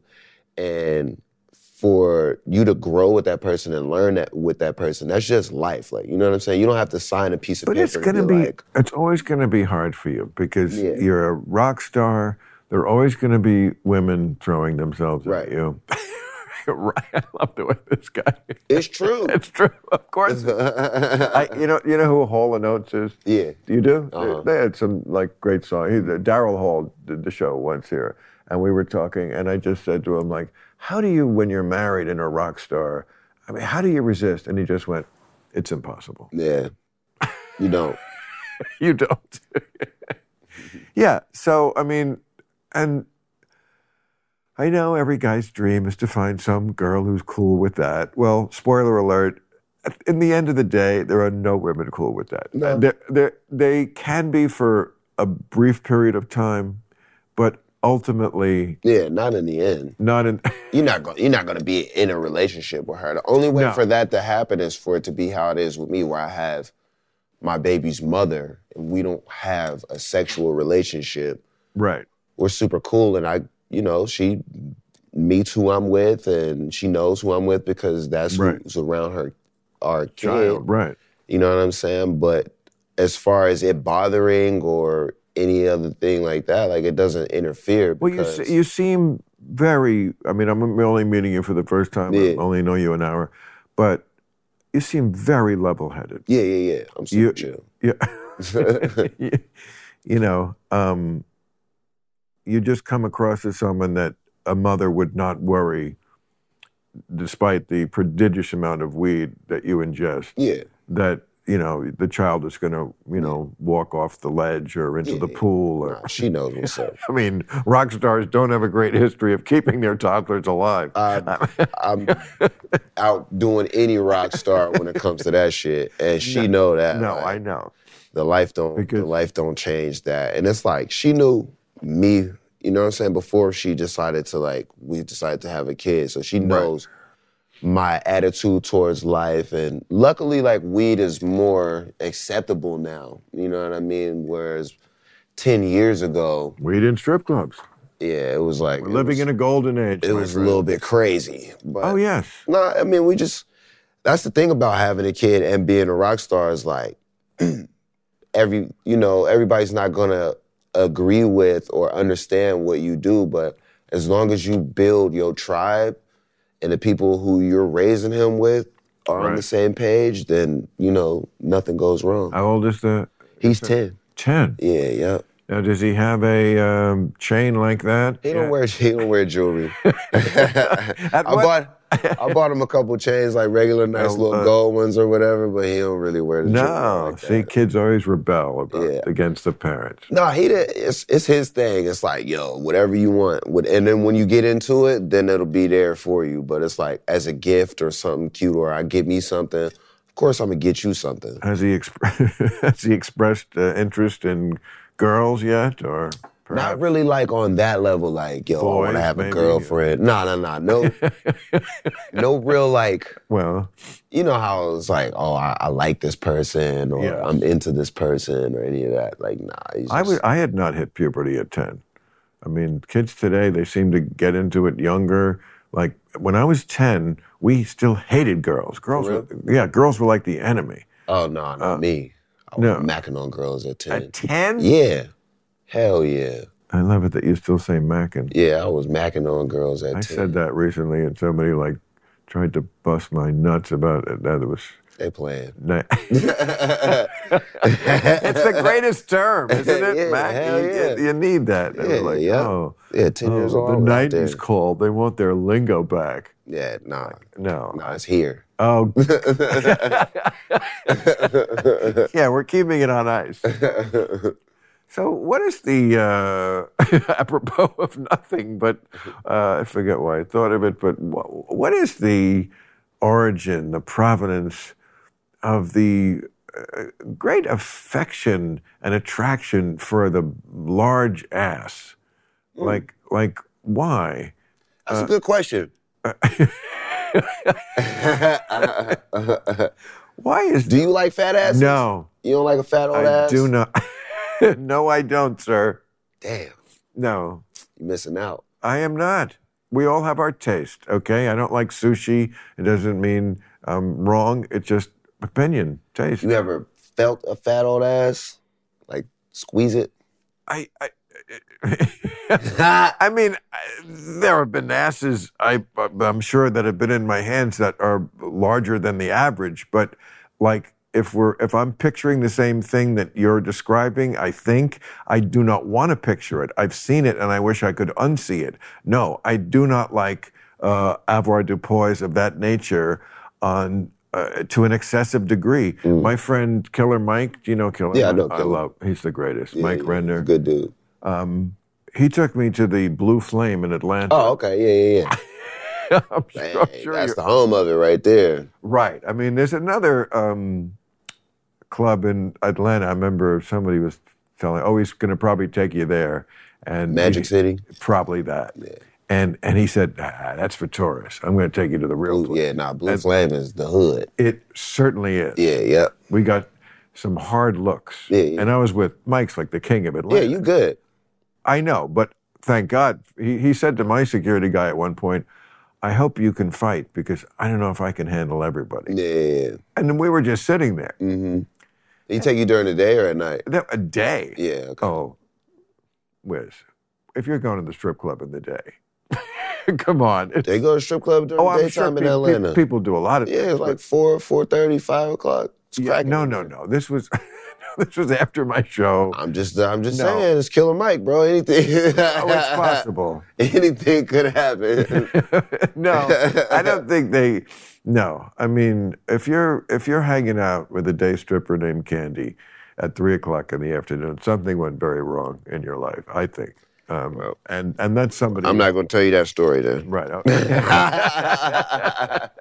Speaker 2: and for you to grow with that person and learn that with that person. That's just life. Like, you know what I'm saying? You don't have to sign a piece of
Speaker 1: But
Speaker 2: paper.
Speaker 1: it's going to
Speaker 2: and
Speaker 1: be,
Speaker 2: like,
Speaker 1: it's always going to be hard for you because
Speaker 2: Yeah.
Speaker 1: you're a rock star. There are always going to be women throwing themselves
Speaker 2: Right.
Speaker 1: at you. right. I love the way this guy.
Speaker 2: it's true.
Speaker 1: It's true. Of course. I, you know, you know who Hall and Oates is.
Speaker 2: yeah.
Speaker 1: You do?
Speaker 2: Uh-huh.
Speaker 1: They had some like great song. He, Daryl Hall did the show once here, and we were talking, and I just said to him like, "How do you, when you're married and a rock star, I mean, how do you resist?" And he just went, "It's impossible."
Speaker 2: Yeah. You know.
Speaker 1: you don't. yeah. So I mean, and I know every guy's dream is to find some girl who's cool with that. Well, spoiler alert. at- In the end of the day, there are no women cool with that.
Speaker 2: No.
Speaker 1: They're- they're- they can be for a brief period of time, but ultimately
Speaker 2: Yeah, not in the end.
Speaker 1: not in.
Speaker 2: You're not going you're not gonna be in a relationship with her. The only way
Speaker 1: No.
Speaker 2: for that to happen is for it to be how it is with me, where I have my baby's mother and we don't have a sexual relationship.
Speaker 1: right.
Speaker 2: we're super cool and I, you know, she meets who I'm with and she knows who I'm with because that's
Speaker 1: Right.
Speaker 2: who's around her our kid.
Speaker 1: Child. Right.
Speaker 2: You know what I'm saying? But as far as it bothering or any other thing like that, like it doesn't interfere
Speaker 1: Well, you
Speaker 2: because
Speaker 1: se- you seem very. I mean, I'm only meeting you for the first time. I
Speaker 2: Yeah.
Speaker 1: only know you an hour, but you seem very level-headed.
Speaker 2: Yeah, yeah, yeah. I'm
Speaker 1: You-
Speaker 2: super chill.
Speaker 1: Yeah, you, you know, um, you just come across as someone that a mother would not worry, despite the prodigious amount of weed that you ingest.
Speaker 2: yeah.
Speaker 1: That you know, the child is going to, you know, walk off the ledge or into the pool. Or,
Speaker 2: Nah, she knows what's up.
Speaker 1: I mean, rock stars don't have a great history of keeping their toddlers alive. Uh,
Speaker 2: I, I'm out doing any rock star when it comes to that shit, and she know that.
Speaker 1: no,
Speaker 2: like,
Speaker 1: I know.
Speaker 2: the life don't
Speaker 1: Because-
Speaker 2: the life don't change that. And it's like she knew me, you know what I'm saying, before she decided to like we decided to have a kid. So she knows my attitude towards life and luckily like weed is more acceptable now. You know what I mean? Whereas ten years ago,
Speaker 1: Weed in strip clubs.
Speaker 2: yeah, it was like
Speaker 1: We're living in a golden age.
Speaker 2: it
Speaker 1: my
Speaker 2: was a
Speaker 1: friend.
Speaker 2: little bit crazy. But
Speaker 1: Oh, yes.
Speaker 2: no, I mean we just that's the thing about having a kid and being a rock star is like every you know, everybody's not gonna agree with or understand what you do, but as long as you build your tribe and the people who you're raising him with are on the
Speaker 1: Right.
Speaker 2: same page, then you know, nothing goes wrong.
Speaker 1: How old is the
Speaker 2: He's ten.
Speaker 1: 10?
Speaker 2: Yeah, yeah.
Speaker 1: Now, does he have a um, chain like that?
Speaker 2: He don't wear he don't wear jewelry. I
Speaker 1: what-
Speaker 2: bought I bought him a couple chains, like regular nice
Speaker 1: Oh,
Speaker 2: little
Speaker 1: uh,
Speaker 2: gold ones or whatever, but he don't really wear the jewelry
Speaker 1: No.
Speaker 2: like
Speaker 1: See,
Speaker 2: that.
Speaker 1: kids always rebel about,
Speaker 2: Yeah.
Speaker 1: against the parents.
Speaker 2: No, he did, it's it's his thing. It's like yo, whatever you want, What- and then when you get into it, then it'll be there for you. But it's like as a gift or something cute, or I get me something. Of course, I'm gonna get you something.
Speaker 1: Has he, exp- has he expressed uh, interest in girls yet? Or perhaps?
Speaker 2: Not really like on that level, like yo, I want to
Speaker 1: Boys,
Speaker 2: have a
Speaker 1: maybe.
Speaker 2: girlfriend. No, no, no, no, no real like.
Speaker 1: Well,
Speaker 2: you know how it's like, oh, I, I like this person or
Speaker 1: Yeah.
Speaker 2: I'm into this person or any of that. Like, nah. He's just,
Speaker 1: I, was, I had not hit puberty at 10. I mean, kids today, they seem to get into it younger. Like when I was 10, we still hated girls. Girls were, yeah, girls were like the enemy.
Speaker 2: oh, no, nah, not me. I was
Speaker 1: uh, no.
Speaker 2: macking on girls at 10.
Speaker 1: 10?
Speaker 2: yeah. Hell yeah.
Speaker 1: I love it that you still say Mackin.
Speaker 2: Yeah, I was macking on girls at
Speaker 1: I
Speaker 2: 10.
Speaker 1: said that recently, and somebody like tried to bust my nuts about it. That was.
Speaker 2: they playing.
Speaker 1: na- it's the greatest term, isn't it,
Speaker 2: Yeah,
Speaker 1: Mac?
Speaker 2: hell
Speaker 1: You-
Speaker 2: yeah.
Speaker 1: You, need that. They were
Speaker 2: Yeah,
Speaker 1: like,
Speaker 2: yeah.
Speaker 1: oh,
Speaker 2: Yeah, 10
Speaker 1: oh,
Speaker 2: years old.
Speaker 1: the
Speaker 2: I was out there.
Speaker 1: '90s called. They want their lingo back.
Speaker 2: Yeah, nah.
Speaker 1: No.
Speaker 2: Nah, it's here.
Speaker 1: Oh. yeah, we're keeping it on ice. So, what is the uh, apropos of nothing? But uh, I forget why I thought of it. But wh- what is the origin, the provenance of the uh, great affection and attraction for the large ass? Like, like why?
Speaker 2: That's
Speaker 1: Uh,
Speaker 2: a good question.
Speaker 1: Why is
Speaker 2: Do you like fat asses?
Speaker 1: no?
Speaker 2: You don't like a fat old
Speaker 1: I
Speaker 2: ass?
Speaker 1: do not. no, I don't, sir.
Speaker 2: Damn,
Speaker 1: No,
Speaker 2: you missing out.
Speaker 1: I am not. We all have our taste, okay? I don't like sushi. It doesn't mean I'm wrong. It's just opinion, taste.
Speaker 2: You ever felt a fat old ass? Like squeeze it?
Speaker 1: I, I, I mean, I- there have been asses I, I'm sure that have been in my hands that are larger than the average. But like, if we're if I'm picturing the same thing that you're describing, I think I do not want to picture it. I've seen it, and I wish I could unsee it. No, I do not like uh, avoir de poise of that nature on. Uh, to an excessive degree. My friend Killer Mike, do you know Killer?
Speaker 2: Mm. Yeah, I know
Speaker 1: Mike?
Speaker 2: Killer.
Speaker 1: love. He's the greatest. Mike
Speaker 2: Yeah,
Speaker 1: Renner.
Speaker 2: Good dude.
Speaker 1: Um, He took me to the Blue Flame in Atlanta.
Speaker 2: Oh, okay. Yeah, yeah,
Speaker 1: I'm
Speaker 2: yeah.
Speaker 1: sure- I'm
Speaker 2: Dang,
Speaker 1: sure
Speaker 2: that's
Speaker 1: you're-
Speaker 2: the home of it right there.
Speaker 1: right. I mean, there's another um, club in Atlanta. I remember somebody was telling, "Oh, he's going to probably take you there." And
Speaker 2: Magic
Speaker 1: he-
Speaker 2: City.
Speaker 1: probably that. And and he said, ah, "That's for tourists. I'm going to take you to the real
Speaker 2: Blue,
Speaker 1: place."
Speaker 2: yeah, nah, Blue Flame is the hood.
Speaker 1: It certainly is.
Speaker 2: Yeah, yeah.
Speaker 1: We got some hard looks,
Speaker 2: Yeah, yeah.
Speaker 1: and I was with Mike's, like the king of
Speaker 2: Yeah,
Speaker 1: Atlanta.
Speaker 2: you good.
Speaker 1: I know, but thank God. He, he said to my security guy at one point, I hope you can fight because I don't know if I can handle everybody.
Speaker 2: Yeah, yeah, yeah.
Speaker 1: And then we were just sitting there
Speaker 2: He take you during the day or at night?
Speaker 1: that, a day.
Speaker 2: Yeah, okay.
Speaker 1: Oh, Wiz, if you're going to the strip club in the day, come on. It's,
Speaker 2: They go to strip club during
Speaker 1: oh,
Speaker 2: the
Speaker 1: I'm sure
Speaker 2: daytime
Speaker 1: pe-
Speaker 2: in
Speaker 1: pe-
Speaker 2: Atlanta.
Speaker 1: people do a lot of
Speaker 2: yeah,
Speaker 1: things,
Speaker 2: it's like four, four thirty, five o'clock. It's
Speaker 1: but- yeah,
Speaker 2: cracking.
Speaker 1: no, no, no. This was this was after my show.
Speaker 2: I'm just, I'm just
Speaker 1: No.
Speaker 2: saying, it's Killer Mike, bro. Anything,
Speaker 1: Oh, it's possible.
Speaker 2: anything could happen.
Speaker 1: no, I don't think they. No, I mean, if you're if you're hanging out with a day stripper named Candy at three o'clock in the afternoon, something went very wrong in your life. I think, um, and and that's somebody.
Speaker 2: I'm not gonna tell you that story then.
Speaker 1: right.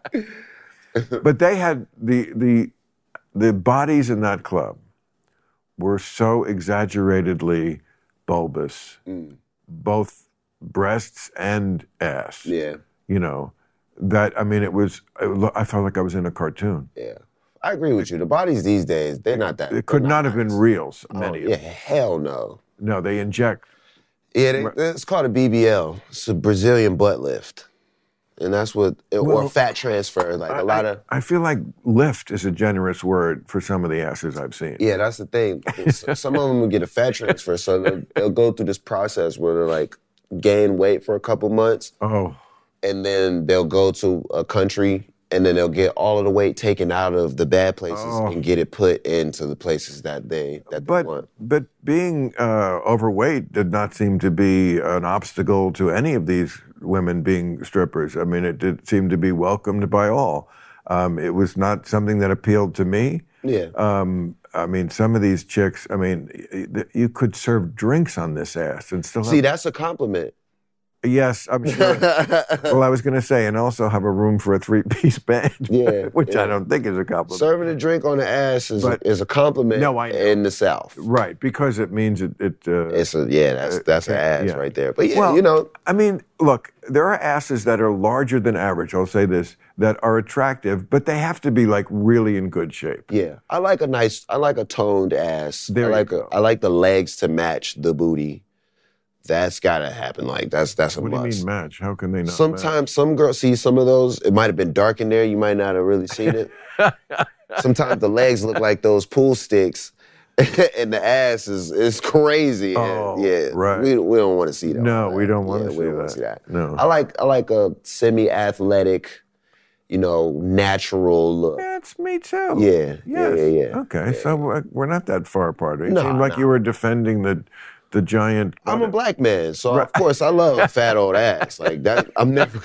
Speaker 1: okay. but they had the the the bodies in that club were so exaggeratedly bulbous,
Speaker 2: Mm.
Speaker 1: both breasts and ass
Speaker 2: Yeah,
Speaker 1: you know that i mean it was it lo- i felt like i was in a cartoon
Speaker 2: yeah. I agree with you. The bodies these days, they're not that.
Speaker 1: it could
Speaker 2: they're
Speaker 1: not have been real s- many of
Speaker 2: Oh, Yeah, hell no.
Speaker 1: no they inject
Speaker 2: Yeah, they, it's called a BBL. It's a Brazilian butt lift, and that's what, or
Speaker 1: Well,
Speaker 2: fat transfer. Like a lot of
Speaker 1: I feel like lift is a generous word for some of the asses i've seen
Speaker 2: Yeah, that's the thing. S- Some of them will get a fat transfer, so they'll, they'll go through this process where they'll like gain weight for a couple months,
Speaker 1: oh
Speaker 2: and then they'll go to a country, and then they'll get all of the weight taken out of the bad places
Speaker 1: Oh.
Speaker 2: and get it put into the places that they that they
Speaker 1: but
Speaker 2: want.
Speaker 1: but being uh, overweight did not seem to be an obstacle to any of these women being strippers. I mean, it did seem to be welcomed by all. Um, it was not something that appealed to me.
Speaker 2: Yeah,
Speaker 1: Um, I mean, some of these chicks. I mean, y- y- you could serve drinks on this ass and still.
Speaker 2: see,
Speaker 1: have,
Speaker 2: that's a compliment.
Speaker 1: yes, I'm sure. well, I was going to say, and also have a room for a three-piece band.
Speaker 2: Yeah,
Speaker 1: which
Speaker 2: yeah.
Speaker 1: I don't think is a compliment.
Speaker 2: Serving a drink on the ass is,
Speaker 1: But-
Speaker 2: is a compliment
Speaker 1: No, I know.
Speaker 2: in the South.
Speaker 1: right, because it means it. it uh,
Speaker 2: It's a yeah, that's that's an ass
Speaker 1: yeah.
Speaker 2: right there. But yeah,
Speaker 1: Well-
Speaker 2: you know,
Speaker 1: I mean, look, there are asses that are larger than average. I'll say this that are attractive, but they have to be like really in good shape.
Speaker 2: Yeah, I like a nice, I like a toned ass.
Speaker 1: There
Speaker 2: I
Speaker 1: you
Speaker 2: like,
Speaker 1: go.
Speaker 2: A, I like the legs to match the booty. That's gotta happen. Like that's that's a
Speaker 1: What do you
Speaker 2: must.
Speaker 1: mean match? How can they not? match?
Speaker 2: Sometimes some girls see some of those. It might have been dark in there. You might not have really seen it. Sometimes the legs look like those pool sticks, and the ass is is crazy. and
Speaker 1: Oh,
Speaker 2: yeah,
Speaker 1: right.
Speaker 2: We, we don't want to see that.
Speaker 1: No, we don't wanna
Speaker 2: Yeah,
Speaker 1: see
Speaker 2: we don't wanna
Speaker 1: that.
Speaker 2: see that.
Speaker 1: No.
Speaker 2: I like I like a semi athletic, you know, natural look.
Speaker 1: That's me too.
Speaker 2: Yeah,
Speaker 1: Yes.
Speaker 2: yeah, yeah, yeah.
Speaker 1: Okay, so we're, we're not that far apart. It
Speaker 2: No,
Speaker 1: seemed like
Speaker 2: no.
Speaker 1: you were defending the the giant.
Speaker 2: I'm a black man, so of course I love a fat old ass. Like that, I'm never,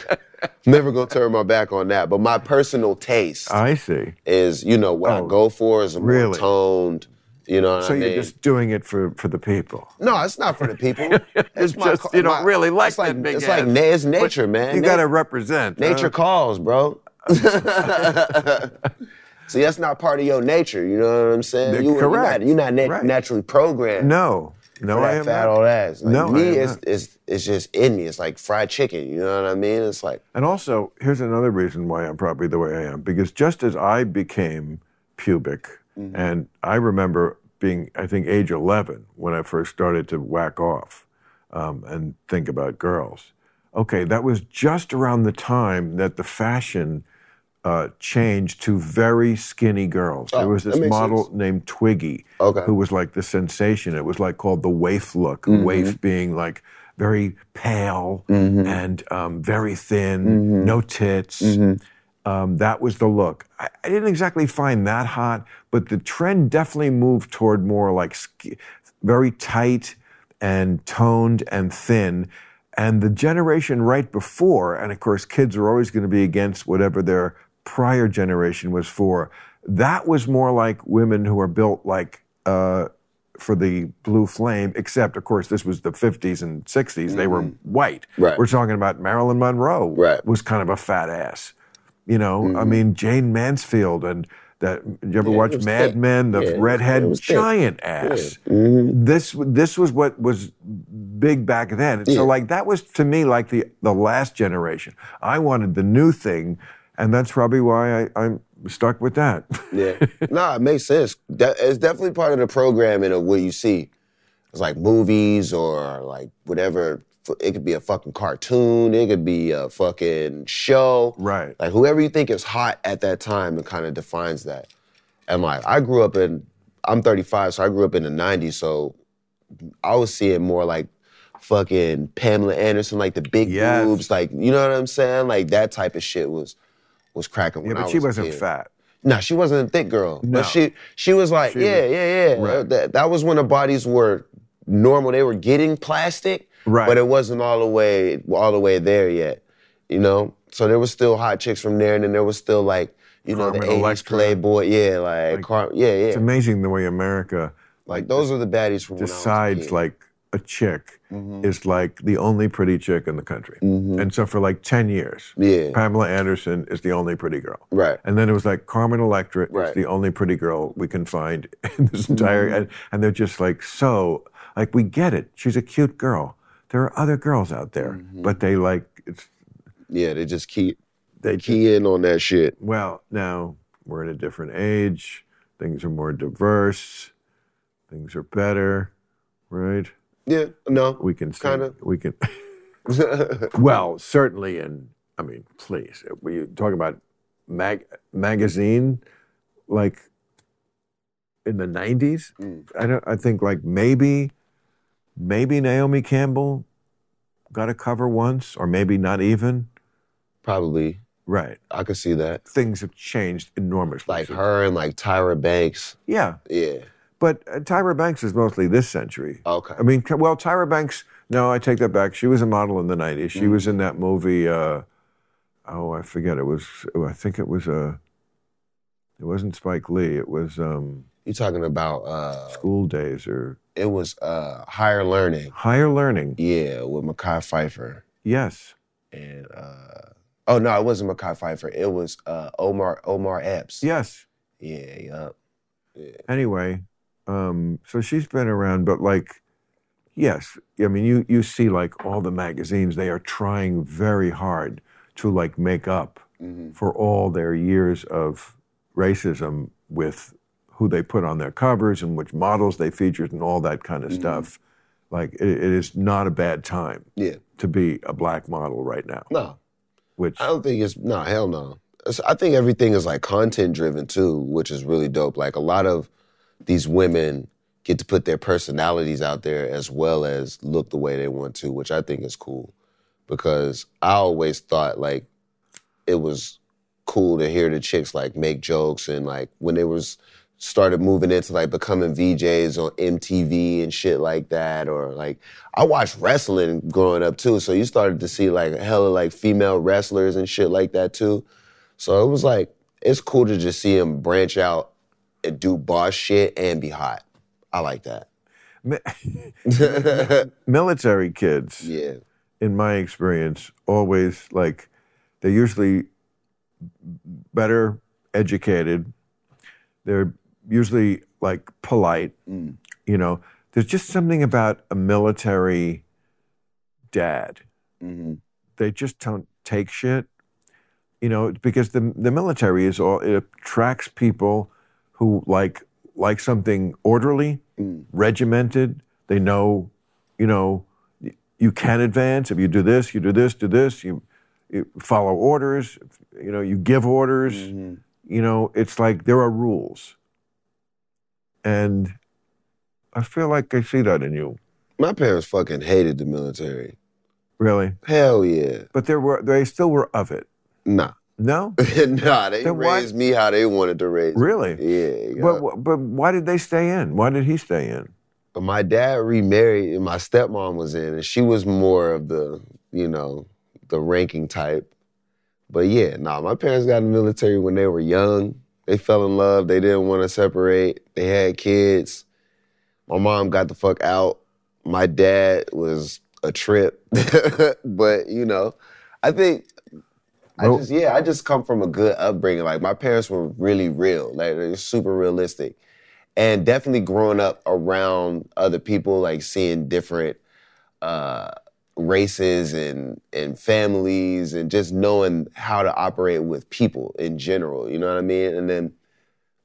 Speaker 2: never gonna turn my back on that. But my personal taste
Speaker 1: I see.
Speaker 2: is, you know, what
Speaker 1: Oh,
Speaker 2: I go for is a more
Speaker 1: really?
Speaker 2: toned. You know what
Speaker 1: So
Speaker 2: I mean?
Speaker 1: you're just doing it for for the people.
Speaker 2: no, it's not for the people. It's
Speaker 1: just you don't really like
Speaker 2: it's like,
Speaker 1: that big
Speaker 2: It's
Speaker 1: ass.
Speaker 2: like na- it's nature, man.
Speaker 1: you
Speaker 2: Na-
Speaker 1: got to represent. huh?
Speaker 2: nature calls, bro. See, that's not part of your nature. You know what I'm saying? You, You're
Speaker 1: Correct.
Speaker 2: not, you're not nat-
Speaker 1: Right.
Speaker 2: naturally programmed.
Speaker 1: No, no,
Speaker 2: for
Speaker 1: I
Speaker 2: that
Speaker 1: am
Speaker 2: fat
Speaker 1: not.
Speaker 2: old ass. Like,
Speaker 1: No, I
Speaker 2: me
Speaker 1: am
Speaker 2: it's,
Speaker 1: not.
Speaker 2: it's it's just in me. It's like fried chicken. You know what I mean? It's like
Speaker 1: And also, here's another reason why I'm probably the way I am because just as I became pubic,
Speaker 2: Mm-hmm.
Speaker 1: and I remember being, I think, age 11 when I first started to whack off um, and think about girls. Okay, that was just around the time that the fashion uh, changed to very skinny girls. there
Speaker 2: Oh,
Speaker 1: was
Speaker 2: that
Speaker 1: this
Speaker 2: makes
Speaker 1: model
Speaker 2: sense.
Speaker 1: named Twiggy,
Speaker 2: Okay.
Speaker 1: who was like the sensation. It was like called the waif look, waif being like very pale and um, very thin, no tits. Um, that was the look. I, I didn't exactly find that hot, but the trend definitely moved toward more like sk- very tight and toned and thin. And the generation right before, and of course, kids are always going to be against whatever their prior generation was for. That was more like women who are built like uh, for the blue flame, except, of course, this was the 50s and 60s. They were white.
Speaker 2: Mm-hmm. Right.
Speaker 1: We're talking about Marilyn Monroe
Speaker 2: Right.
Speaker 1: was kind of a fat ass. You know, I mean, Jane Mansfield and that. You ever watch
Speaker 2: Mm-hmm. was
Speaker 1: Mad
Speaker 2: thick.
Speaker 1: Men? The
Speaker 2: Yeah, it
Speaker 1: redhead
Speaker 2: was thick. Mm-hmm.
Speaker 1: giant ass. This this was what was big back then. And So like that was to me like the the last generation. I wanted the new thing, and that's probably why I, I'm stuck with that.
Speaker 2: yeah. nah, it makes sense. That, it's definitely part of the programming of what you see. It's like movies or like whatever. It could be a fucking cartoon. It could be a fucking show.
Speaker 1: Right.
Speaker 2: Like whoever you think is hot at that time, it kind of defines that. And like I grew up in, I'm 35, so I grew up in the 90s. So I was seeing more like fucking Pamela Anderson, like the big
Speaker 1: Yes.
Speaker 2: boobs, like you know what I'm saying? Like that type of shit was was cracking.
Speaker 1: yeah,
Speaker 2: when I
Speaker 1: but she
Speaker 2: was a
Speaker 1: wasn't
Speaker 2: kid.
Speaker 1: fat.
Speaker 2: No, she wasn't a thick girl.
Speaker 1: No.
Speaker 2: But she she was like,
Speaker 1: She
Speaker 2: yeah,
Speaker 1: was-
Speaker 2: yeah, yeah.
Speaker 1: Right.
Speaker 2: That, that was when the bodies were normal. They were getting plastic,
Speaker 1: Right.
Speaker 2: but it wasn't all the way all the way there yet. You know? So there was still hot chicks from there, and then there was still like, you know, the
Speaker 1: Carmen
Speaker 2: 80s
Speaker 1: Electra.
Speaker 2: Playboy. Yeah, like, Car- yeah, yeah.
Speaker 1: It's amazing the way America
Speaker 2: like those are the baddies from when I was a
Speaker 1: decides
Speaker 2: kid. Mm-hmm.
Speaker 1: like a chick is like the only pretty chick in the country. And so for like 10 years,
Speaker 2: Yeah.
Speaker 1: Pamela Anderson is the only pretty girl.
Speaker 2: Right.
Speaker 1: And then it was like Carmen Electra
Speaker 2: Right. Mm-hmm.
Speaker 1: is the only pretty girl we can find in this entire and, and they're just like so like we get it. She's a cute girl. There are other girls out there,
Speaker 2: Mm-hmm.
Speaker 1: but they like it's
Speaker 2: Yeah, they just keep
Speaker 1: they
Speaker 2: key in on that shit.
Speaker 1: well, now we're in a different age. Things are more diverse. Things are better, right?
Speaker 2: Yeah, no.
Speaker 1: We can sing-
Speaker 2: Kinda.
Speaker 1: we can Well, certainly, and I mean, please, we talk about mag- magazine, like in the '90s.
Speaker 2: Mm.
Speaker 1: I don't. I think like maybe, maybe Naomi Campbell got a cover once, or maybe not even.
Speaker 2: Probably.
Speaker 1: Right.
Speaker 2: I could see that.
Speaker 1: Things have changed enormously.
Speaker 2: Like her and like Tyra Banks.
Speaker 1: Yeah,
Speaker 2: Yeah.
Speaker 1: but uh, Tyra Banks is mostly this century.
Speaker 2: Okay.
Speaker 1: I mean, well, Tyra Banks. No, I take that back. She was a model in the '90s. She was in that movie. Uh, oh, I forget. It was. I think it was Uh, it wasn't Spike Lee. It was um,
Speaker 2: You talking about uh
Speaker 1: School Days or
Speaker 2: it was uh higher learning.
Speaker 1: Higher Learning.
Speaker 2: Yeah, with Makai Pfeiffer.
Speaker 1: Yes.
Speaker 2: And uh oh no, it wasn't Makai Pfeiffer. It was uh Omar Omar Epps.
Speaker 1: Yes.
Speaker 2: Yeah, yup.
Speaker 1: Anyway, um, so she's been around, but like, yes. I mean, you you see like all the magazines. They are trying very hard to like make up
Speaker 2: Mhm.
Speaker 1: for all their years of racism with who they put on their covers and which models they featured and all that kind of
Speaker 2: Mm-hmm.
Speaker 1: stuff. Like it, it is not a bad time
Speaker 2: Yeah.
Speaker 1: to be a black model right now.
Speaker 2: No.
Speaker 1: Which
Speaker 2: I don't think it's no hell no. It's- I think everything is like content driven too, which is really dope. Like a lot of these women get to put their personalities out there as well as look the way they want to, which I think is cool. Because I always thought like it was cool to hear the chicks like make jokes and like when they was started moving into like becoming VJs on MTV and shit like that or like I watched wrestling growing up too so you started to see like hella like female wrestlers and shit like that too so it was like it's cool to just see them branch out and do boss shit and be hot I like that
Speaker 1: military kids,
Speaker 2: yeah
Speaker 1: in my experience, always like they're usually better educated. They're usually like polite. You know, there's just something about a military dad.
Speaker 2: hmm
Speaker 1: They just don't take shit. You know, because the the military is all it attracts people who like like something orderly, regimented. They know, you know, y- you can advance if you do this, you do this, do this. You, you follow orders. You know, you give orders
Speaker 2: Mm. Mm-hmm.
Speaker 1: you know, it's like there are rules. And I feel like I see that in you,
Speaker 2: my parents fucking hated the military
Speaker 1: really.
Speaker 2: hell yeah
Speaker 1: But there were they still were of it.
Speaker 2: nah
Speaker 1: No?
Speaker 2: nah, they
Speaker 1: Then why-
Speaker 2: raised me how they wanted to raise. me.
Speaker 1: Really?
Speaker 2: Yeah. yeah.
Speaker 1: But but why did they stay in? Why did he stay in?
Speaker 2: But my dad remarried, and my stepmom was in, and she was more of the, you know, the ranking type. But yeah, nah, my parents got in the military when they were young. They fell in love. They didn't want to separate. They had kids. My mom got the fuck out. My dad was a trip. but, you know, I think I
Speaker 1: Well-
Speaker 2: just yeah, I just come from a good upbringing. Like my parents were really real. Like they're super realistic. And definitely growing up around other people, like seeing different uh, races and and families and just knowing how to operate with people in general. You know what I mean? And then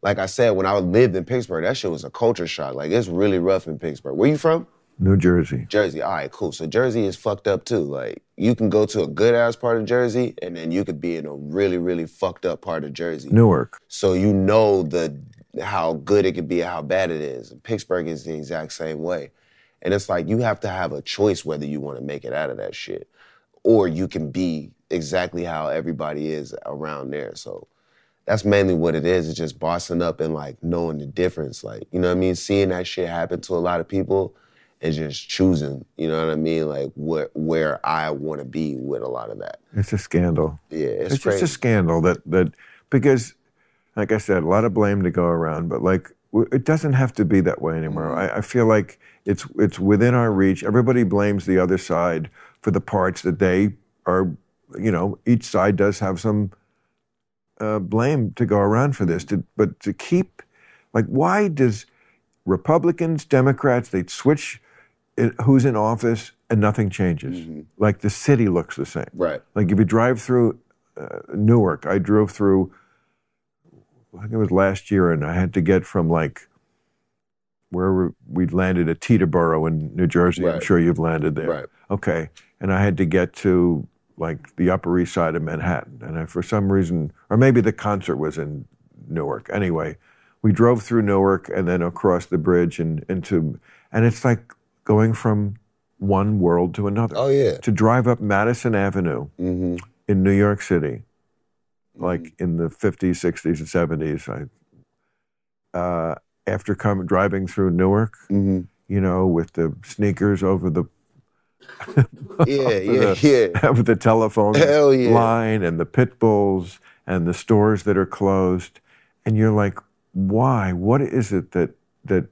Speaker 2: like I said, when I lived in Pittsburgh, that shit was a culture shock. Like it's really rough in Pittsburgh. Where you from?
Speaker 1: New Jersey.
Speaker 2: Jersey. All right, cool. So Jersey is fucked up too. Like you can go to a good ass part of Jersey, and then you could be in a really, really fucked up part of Jersey.
Speaker 1: Newark.
Speaker 2: So you know the how good it could be, how bad it is. Pittsburgh is the exact same way, and it's like you have to have a choice whether you want to make it out of that shit, or you can be exactly how everybody is around there. So that's mainly what it is. It's just bossing up and like knowing the difference. Like, you know what I mean? Seeing that shit happen to a lot of people and just choosing, you know what I mean? Like where where I want to be with a lot of that.
Speaker 1: It's a scandal.
Speaker 2: Yeah, it's,
Speaker 1: It's, just
Speaker 2: crazy.
Speaker 1: a scandal that that because, like I said, a lot of blame to go around, but like w- it doesn't have to be that way anymore. I, I feel like it's it's within our reach. Everybody blames the other side for the parts that they are. You know, each side does have some uh, blame to go around for this. To, but to keep, like, why does Republicans, Democrats, they switch in, who's in office and nothing changes? Like the city looks the same.
Speaker 2: right.
Speaker 1: Like if you drive through uh, Newark, I drove through. I think it was last year, and I had to get from like where we landed at Teterboro in New Jersey. I'm
Speaker 2: Right.
Speaker 1: sure you've landed there.
Speaker 2: Right.
Speaker 1: Okay, and I had to get to like the Upper East Side of Manhattan, and I, for some reason, or maybe the concert was in Newark. Anyway, we drove through Newark and then across the bridge and into, and it's like going from one world to another
Speaker 2: Oh yeah.
Speaker 1: to drive up Madison Avenue
Speaker 2: Mm-hmm.
Speaker 1: in New York City, like in the 50s, 60s, and 70s. I, uh, after come, driving through Newark,
Speaker 2: Mm-hmm.
Speaker 1: you know, with the sneakers over the
Speaker 2: Yeah, yeah,
Speaker 1: the-
Speaker 2: yeah.
Speaker 1: over the telephone
Speaker 2: Hell yeah.
Speaker 1: line and the pit bulls and the stores that are closed, and you're like, why? What is it that that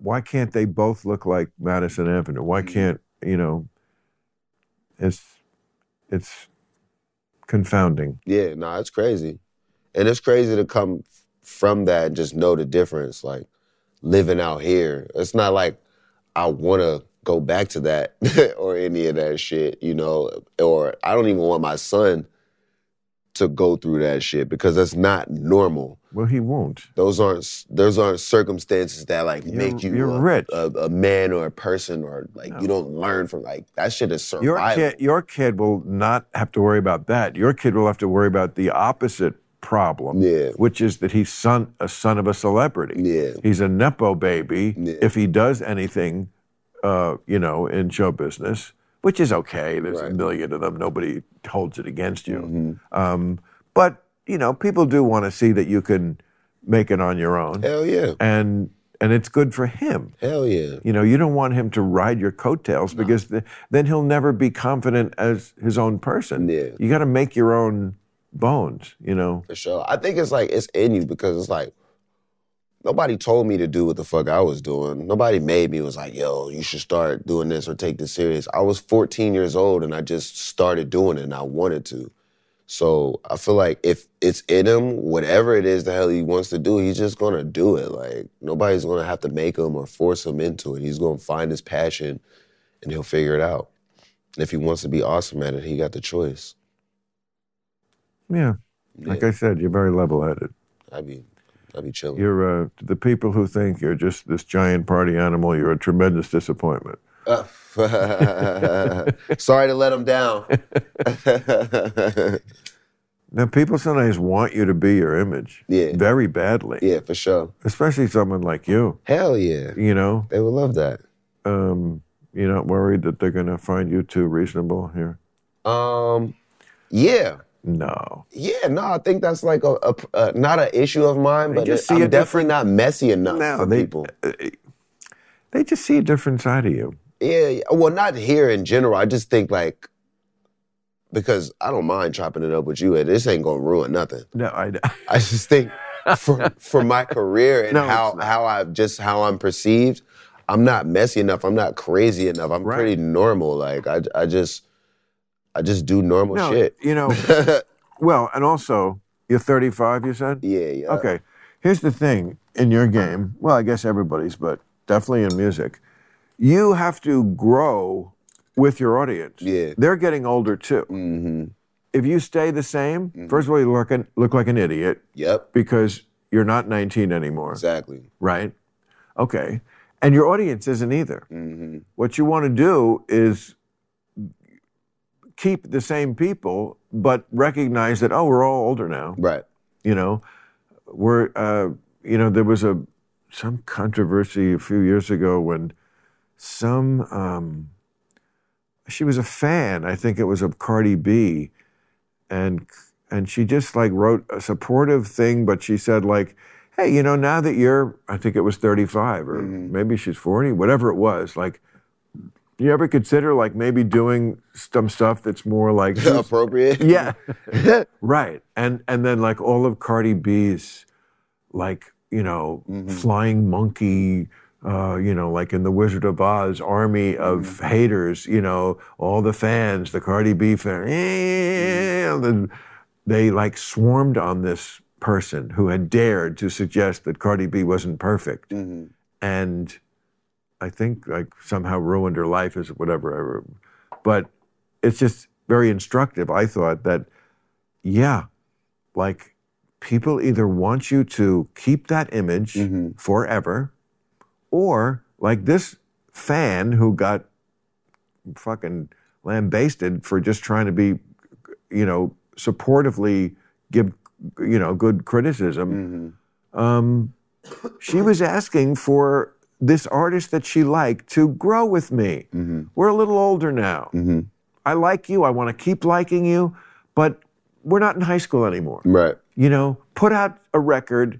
Speaker 1: why can't they both look like Madison Avenue? Why
Speaker 2: Mm-hmm.
Speaker 1: can't you know? It's it's confounding.
Speaker 2: Yeah, no, it's crazy. And it's crazy to come f- from that and just know the difference. Like living out here, it's not like I want to go back to that or any of that shit, you know, or I don't even want my son to go through that shit because that's not normal.
Speaker 1: Well, he won't.
Speaker 2: Those aren't s- those aren't circumstances that like
Speaker 1: You're-
Speaker 2: make you
Speaker 1: you're
Speaker 2: a,
Speaker 1: rich.
Speaker 2: A, a man or a person or like
Speaker 1: No.
Speaker 2: you don't learn from like that shit is survival.
Speaker 1: Your kid, your kid will not have to worry about that. Your kid will have to worry about the opposite problem,
Speaker 2: Yeah.
Speaker 1: which is that he's son a son of a celebrity.
Speaker 2: Yeah.
Speaker 1: He's a nepo baby.
Speaker 2: Yeah.
Speaker 1: If he does anything, uh, you know, in show business, which is okay. There's
Speaker 2: Right. Mm-hmm.
Speaker 1: a million of them. Nobody holds it against you. Um, but you know, people do want to see that you can make it on your own,
Speaker 2: Hell yeah.
Speaker 1: and and it's good for him.
Speaker 2: Hell yeah.
Speaker 1: You know, you don't want him to ride your coattails because th- then he'll never be confident as his own person.
Speaker 2: Yeah.
Speaker 1: You got to make your own bones, you know.
Speaker 2: for sure. I think it's like it's in you because it's like nobody told me to do what the fuck I was doing. Nobody made me was like, yo, you should start doing this or take this serious. I was 14 years old and I just started doing it and I wanted to. So I feel like if it's in him, whatever it is the hell he wants to do, he's just gonna do it. Like nobody's gonna have to make him or force him into it. He's gonna find his passion and he'll figure it out. And if he wants to be awesome at it, he got the choice.
Speaker 1: Yeah.
Speaker 2: Yeah,
Speaker 1: Like I said, you're very level headed.
Speaker 2: I'd be I'd be chilling.
Speaker 1: You're uh, to the people who think you're just this giant party animal, you're a tremendous disappointment.
Speaker 2: Uh, Sorry to let him down.
Speaker 1: Now, people sometimes want you to be your image
Speaker 2: Yeah.
Speaker 1: very badly,
Speaker 2: yeah, for sure.
Speaker 1: especially someone like you.
Speaker 2: Hell yeah.
Speaker 1: You know,
Speaker 2: They would love that.
Speaker 1: um, you're not worried that they're going to find you too reasonable here?
Speaker 2: Um, yeah.
Speaker 1: No.
Speaker 2: Yeah, no, I think that's like a, a, a not an issue of mine, but
Speaker 1: just
Speaker 2: it-
Speaker 1: see
Speaker 2: I'm
Speaker 1: a
Speaker 2: definitely not messy enough for
Speaker 1: they,
Speaker 2: people.
Speaker 1: they just see a different side of you.
Speaker 2: Yeah, yeah. well, not here in general. I just think like because I don't mind chopping it up with you, and this ain't gonna ruin nothing.
Speaker 1: No, I.
Speaker 2: I just think for for my career and
Speaker 1: No, it's
Speaker 2: how
Speaker 1: not.
Speaker 2: how I just how I'm perceived, I'm not messy enough. I'm not crazy enough. I'm
Speaker 1: Right.
Speaker 2: pretty normal. Like I I just I just do normal
Speaker 1: No,
Speaker 2: shit.
Speaker 1: you know. well, and also, you're 35. You said.
Speaker 2: Yeah, yeah.
Speaker 1: Okay. Here's the thing in your game. Well, I guess everybody's, but definitely in music, you have to grow with your audience.
Speaker 2: Yeah.
Speaker 1: They're getting older too.
Speaker 2: Mm-hmm.
Speaker 1: If you stay the same, first of all, you look an, look like an idiot
Speaker 2: Yep.
Speaker 1: because you're not 19 anymore,
Speaker 2: Exactly.
Speaker 1: right? Okay. And your audience isn't either.
Speaker 2: Mm-hmm.
Speaker 1: What you want to do is keep the same people, but recognize that, oh, we're all older now
Speaker 2: Right.
Speaker 1: you know, were uh, you know there was a some controversy a few years ago when some um, she was a fan, I think it was of Cardi B, and and she just like wrote a supportive thing, but she said like, "Hey, you know, now that you're, I think it was 35 or maybe she's 40, whatever it was, like." You ever consider like maybe doing some stuff that's more like
Speaker 2: Appropriate.
Speaker 1: yeah. right. And and then like all of Cardi B's like, you know, flying monkey uh, you know, like in the Wizard of Oz army of haters, you know, all the fans, the Cardi B fan, eh, and they like swarmed on this person who had dared to suggest that Cardi B wasn't perfect.
Speaker 2: Mm-hmm.
Speaker 1: And I think like somehow ruined her life is whatever. But it's just very instructive. I thought that, yeah, like people either want you to keep that image forever, or like this fan who got fucking lambasted for just trying to be, you know, supportively give, you know, good criticism
Speaker 2: Mm-hmm.
Speaker 1: Um, she was asking for this artist that she liked to grow with me.
Speaker 2: Mm-hmm.
Speaker 1: We're a little older now. I like you. I want to keep liking you, but we're not in high school anymore.
Speaker 2: Right.
Speaker 1: You know, put out a record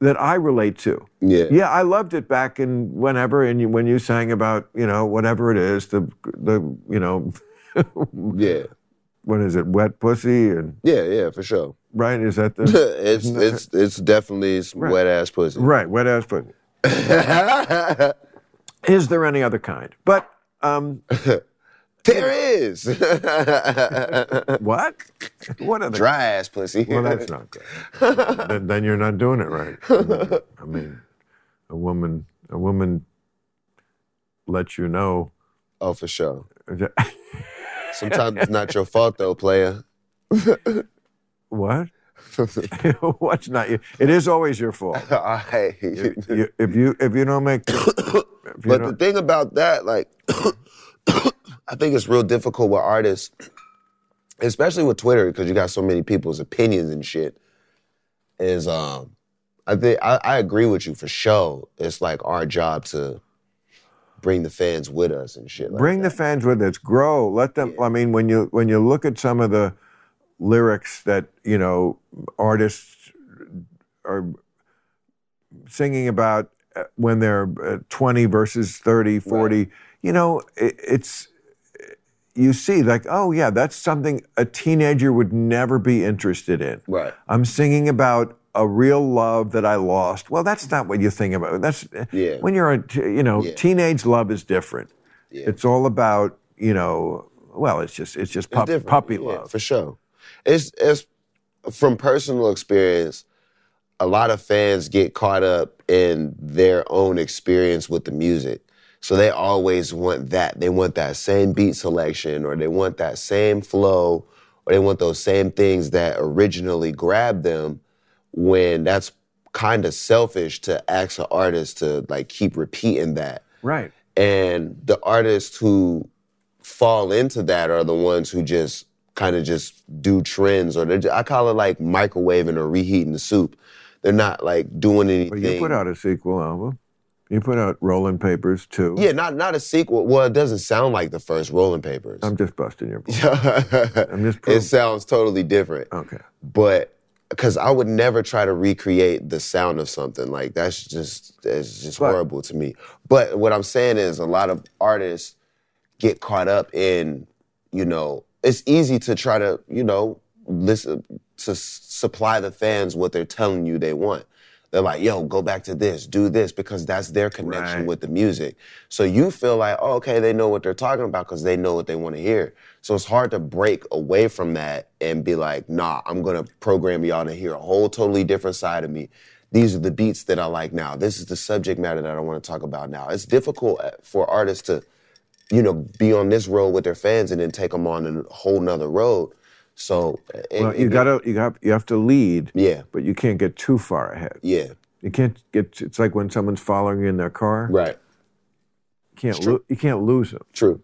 Speaker 1: that I relate to.
Speaker 2: Yeah.
Speaker 1: Yeah, I loved it back in whenever, and you, when you sang about you know whatever it is, the the you know
Speaker 2: Yeah.
Speaker 1: what is it, wet pussy, and
Speaker 2: Yeah. Yeah. For sure.
Speaker 1: right? Is that the
Speaker 2: it's it's it's definitely wet ass pussy.
Speaker 1: right wet ass pussy? Is there any other kind? But um,
Speaker 2: There is
Speaker 1: what? What other
Speaker 2: dry ass pussy.
Speaker 1: Well, that's not good. then, then you're not doing it right. I mean, I mean, a woman, a woman lets you know.
Speaker 2: oh, for sure. Sometimes it's not your fault though, player.
Speaker 1: What? What's not? you? It is always your fault.
Speaker 2: All right.
Speaker 1: You- if you if you don't make, if you
Speaker 2: But the
Speaker 1: don't-
Speaker 2: thing about that, like, I think it's real difficult with artists, especially with Twitter, because you got so many people's opinions and shit. Is um, I think I, I agree with you for sure. It's like our job to bring the fans with us and shit. Like
Speaker 1: bring the fans with us, grow, let them. I mean, when you when you look at some of the lyrics that you know artists are singing about uh, when they're uh, 20 versus 30 40 you know i it's you see like oh yeah that's something a teenager would never be interested in
Speaker 2: Right.
Speaker 1: i'm singing about a real love that i lost well that's not what you think about that's
Speaker 2: Yeah.
Speaker 1: when you're a t- you know teenage love is different it's all about you know well it's just it's just pup,
Speaker 2: different,
Speaker 1: puppy
Speaker 2: yeah,
Speaker 1: love
Speaker 2: for sure. It's it's from personal experience. A lot of fans get caught up in their own experience with the music, so they always want that. They want that same beat selection, or they want that same flow, or they want those same things that originally grabbed them. When that's kind of selfish to ask an artist to like keep repeating that
Speaker 1: right
Speaker 2: and the artists who fall into that are the ones who just kind of just do trends or they're just, I call it like microwaving or reheating the soup. They're not like doing anything.
Speaker 1: You put out a sequel album. You put out Rolling Papers too.
Speaker 2: yeah, not not a sequel. Well, it doesn't sound like the first Rolling Papers.
Speaker 1: I'm just busting your balls.
Speaker 2: I'm
Speaker 1: just
Speaker 2: it
Speaker 1: proving-
Speaker 2: sounds totally different.
Speaker 1: Okay.
Speaker 2: but because I would never try to recreate the sound of something like that's just it's just horrible to me. But what I'm saying is a lot of artists get caught up in you know it's easy to try to you know listen to s- supply the fans what they're telling you they want. They're like, yo, go back to this, do this, because that's their connection
Speaker 1: Right.
Speaker 2: with the music. So you feel like, oh, okay, they know what they're talking about because they know what they want to hear. So it's hard to break away from that and be like, nah, I'm gonna program y'all to hear a whole totally different side of me. These are the beats that I like now. This is the subject matter that I want to talk about now. It's difficult uh, for artists to you know, be on this road with their fans and then take them on a whole nother road. So, and,
Speaker 1: Well, you gotta you got you have to lead.
Speaker 2: Yeah.
Speaker 1: But you can't get too far ahead.
Speaker 2: yeah,
Speaker 1: You can't get. It's like when someone's following you in their car.
Speaker 2: right,
Speaker 1: You can't lo- you can't lose them.
Speaker 2: true.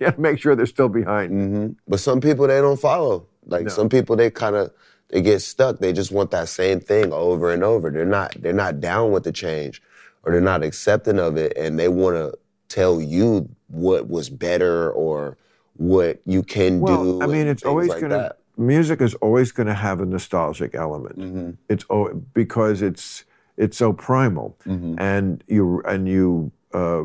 Speaker 1: You have to make sure they're still behind. you.
Speaker 2: But some people they don't follow. Like some people they kind of they get stuck. They just want that same thing over and over. They're not they're not down with the change, or they're not accepting of it, and they want to tell you what was better or what you can
Speaker 1: Well,
Speaker 2: do.
Speaker 1: I mean,
Speaker 2: and
Speaker 1: it's
Speaker 2: things
Speaker 1: always
Speaker 2: like
Speaker 1: gonna
Speaker 2: that. Mm.
Speaker 1: music is always going to have a nostalgic element.
Speaker 2: Mm-hmm,
Speaker 1: It's al- because it's it's so primal,
Speaker 2: Mm-hmm.
Speaker 1: and you and you uh,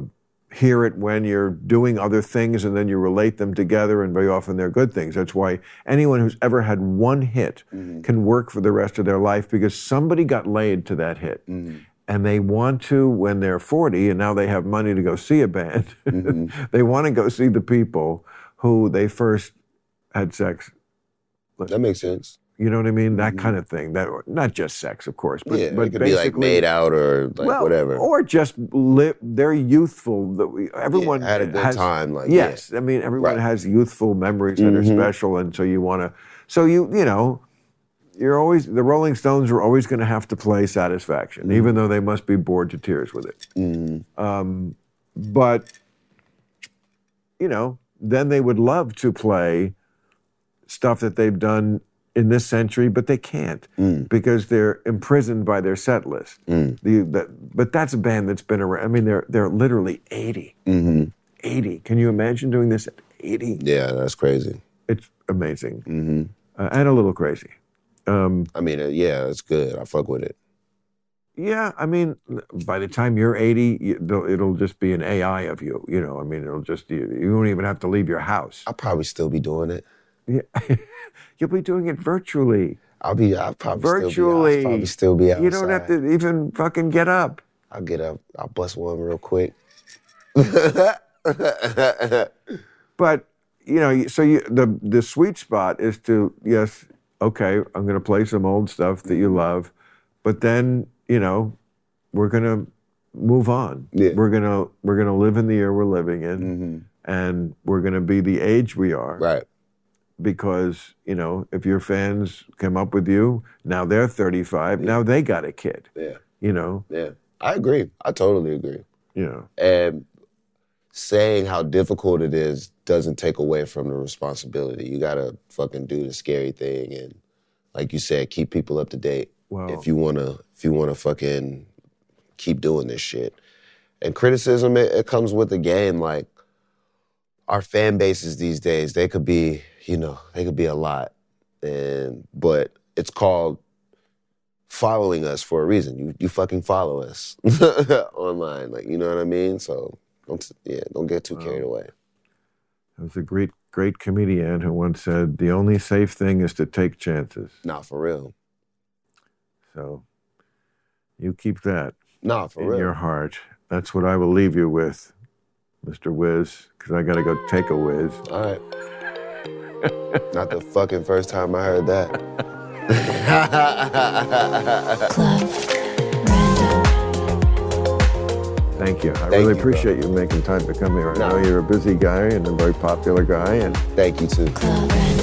Speaker 1: hear it when you're doing other things, and then you relate them together, and very often they're good things. That's why anyone who's ever had one hit
Speaker 2: Mm-hmm.
Speaker 1: can work for the rest of their life because somebody got laid to that hit.
Speaker 2: mm-hmm,
Speaker 1: And they want to, when they're 40 and now they have money to go see a band,
Speaker 2: Mm-hmm.
Speaker 1: they want to go see the people who they first had sex
Speaker 2: That makes sense.
Speaker 1: you know what I mean? That kind of thing. That not just sex, of course, but
Speaker 2: Mm-hmm. yeah,
Speaker 1: but
Speaker 2: it could be
Speaker 1: basically,
Speaker 2: like made out or like
Speaker 1: well,
Speaker 2: whatever.
Speaker 1: or just li- they're youthful. That we,
Speaker 2: Yeah,
Speaker 1: everyone
Speaker 2: had a good
Speaker 1: has,
Speaker 2: time. Like yeah.
Speaker 1: Yes, I mean everyone
Speaker 2: Right. Mm-hmm.
Speaker 1: has youthful memories that are special, and so you want to. So you you know, you're always the Rolling Stones are always going to have to play Satisfaction,
Speaker 2: Mm-hmm.
Speaker 1: even though they must be bored to tears with it. Um, but you know, then they would love to play stuff that they've done in this century, but they can't because they're imprisoned by their set list. The, the, but that's a band that's been around. I mean, they're they're literally 80. 80. Can you imagine doing this at 80?
Speaker 2: Yeah, that's crazy.
Speaker 1: It's amazing uh, and a little crazy. Um,
Speaker 2: I mean, uh, yeah, it's good. I fuck with it.
Speaker 1: yeah, I mean, by the time you're 80, you- they'll- it'll just be an AI of you. You know, I mean, it'll just, you, you won't even have to leave your house.
Speaker 2: I'll probably still be doing it.
Speaker 1: Yeah. You'll be doing it virtually.
Speaker 2: I'll be. I'll probably
Speaker 1: Virtually.
Speaker 2: Still be, I'll probably still be outside.
Speaker 1: You don't have to even fucking get up.
Speaker 2: I'll get up. I'll bust one real quick. Mm-hmm.
Speaker 1: But, you know, so you, the, the sweet spot is to, yes, okay, I'm going to play some old stuff that you love, but then, you know, we're going to move on.
Speaker 2: Yeah. Mm.
Speaker 1: We're going to we're going to live in the year we're living in and we're going to be the age we are.
Speaker 2: Right.
Speaker 1: because you know if your fans come up with you now they're 35 now they got a kid
Speaker 2: Yeah.
Speaker 1: you know
Speaker 2: Yeah. I agree. I totally agree.
Speaker 1: you know
Speaker 2: And saying how difficult it is doesn't take away from the responsibility. You gotta fucking do the scary thing and, like you said, keep people up to date.
Speaker 1: Wow.
Speaker 2: If you wanna, if you wanna fucking keep doing this shit. And criticism, it, it comes with the game. Like our fan bases these days, they could be, you know, they could be a lot. And but it's called following us for a reason. You you fucking follow us online, like you know what I mean. So don't yeah, don't get too carried away.
Speaker 1: there was a great great comedian who once said the only safe thing is to take chances
Speaker 2: Nah, for real.
Speaker 1: so you keep that
Speaker 2: Nah, for
Speaker 1: in
Speaker 2: real.
Speaker 1: your heart that's what i will leave you with mr wiz because i gotta go take a whiz
Speaker 2: All right. Not the fucking first time I heard that.
Speaker 3: Club Random.
Speaker 1: thank you i
Speaker 2: you,
Speaker 1: really
Speaker 2: bro.
Speaker 1: appreciate you making time to come here i
Speaker 2: No.
Speaker 1: know you're a busy guy and a very popular guy and
Speaker 2: Thank you too.
Speaker 3: Club Random.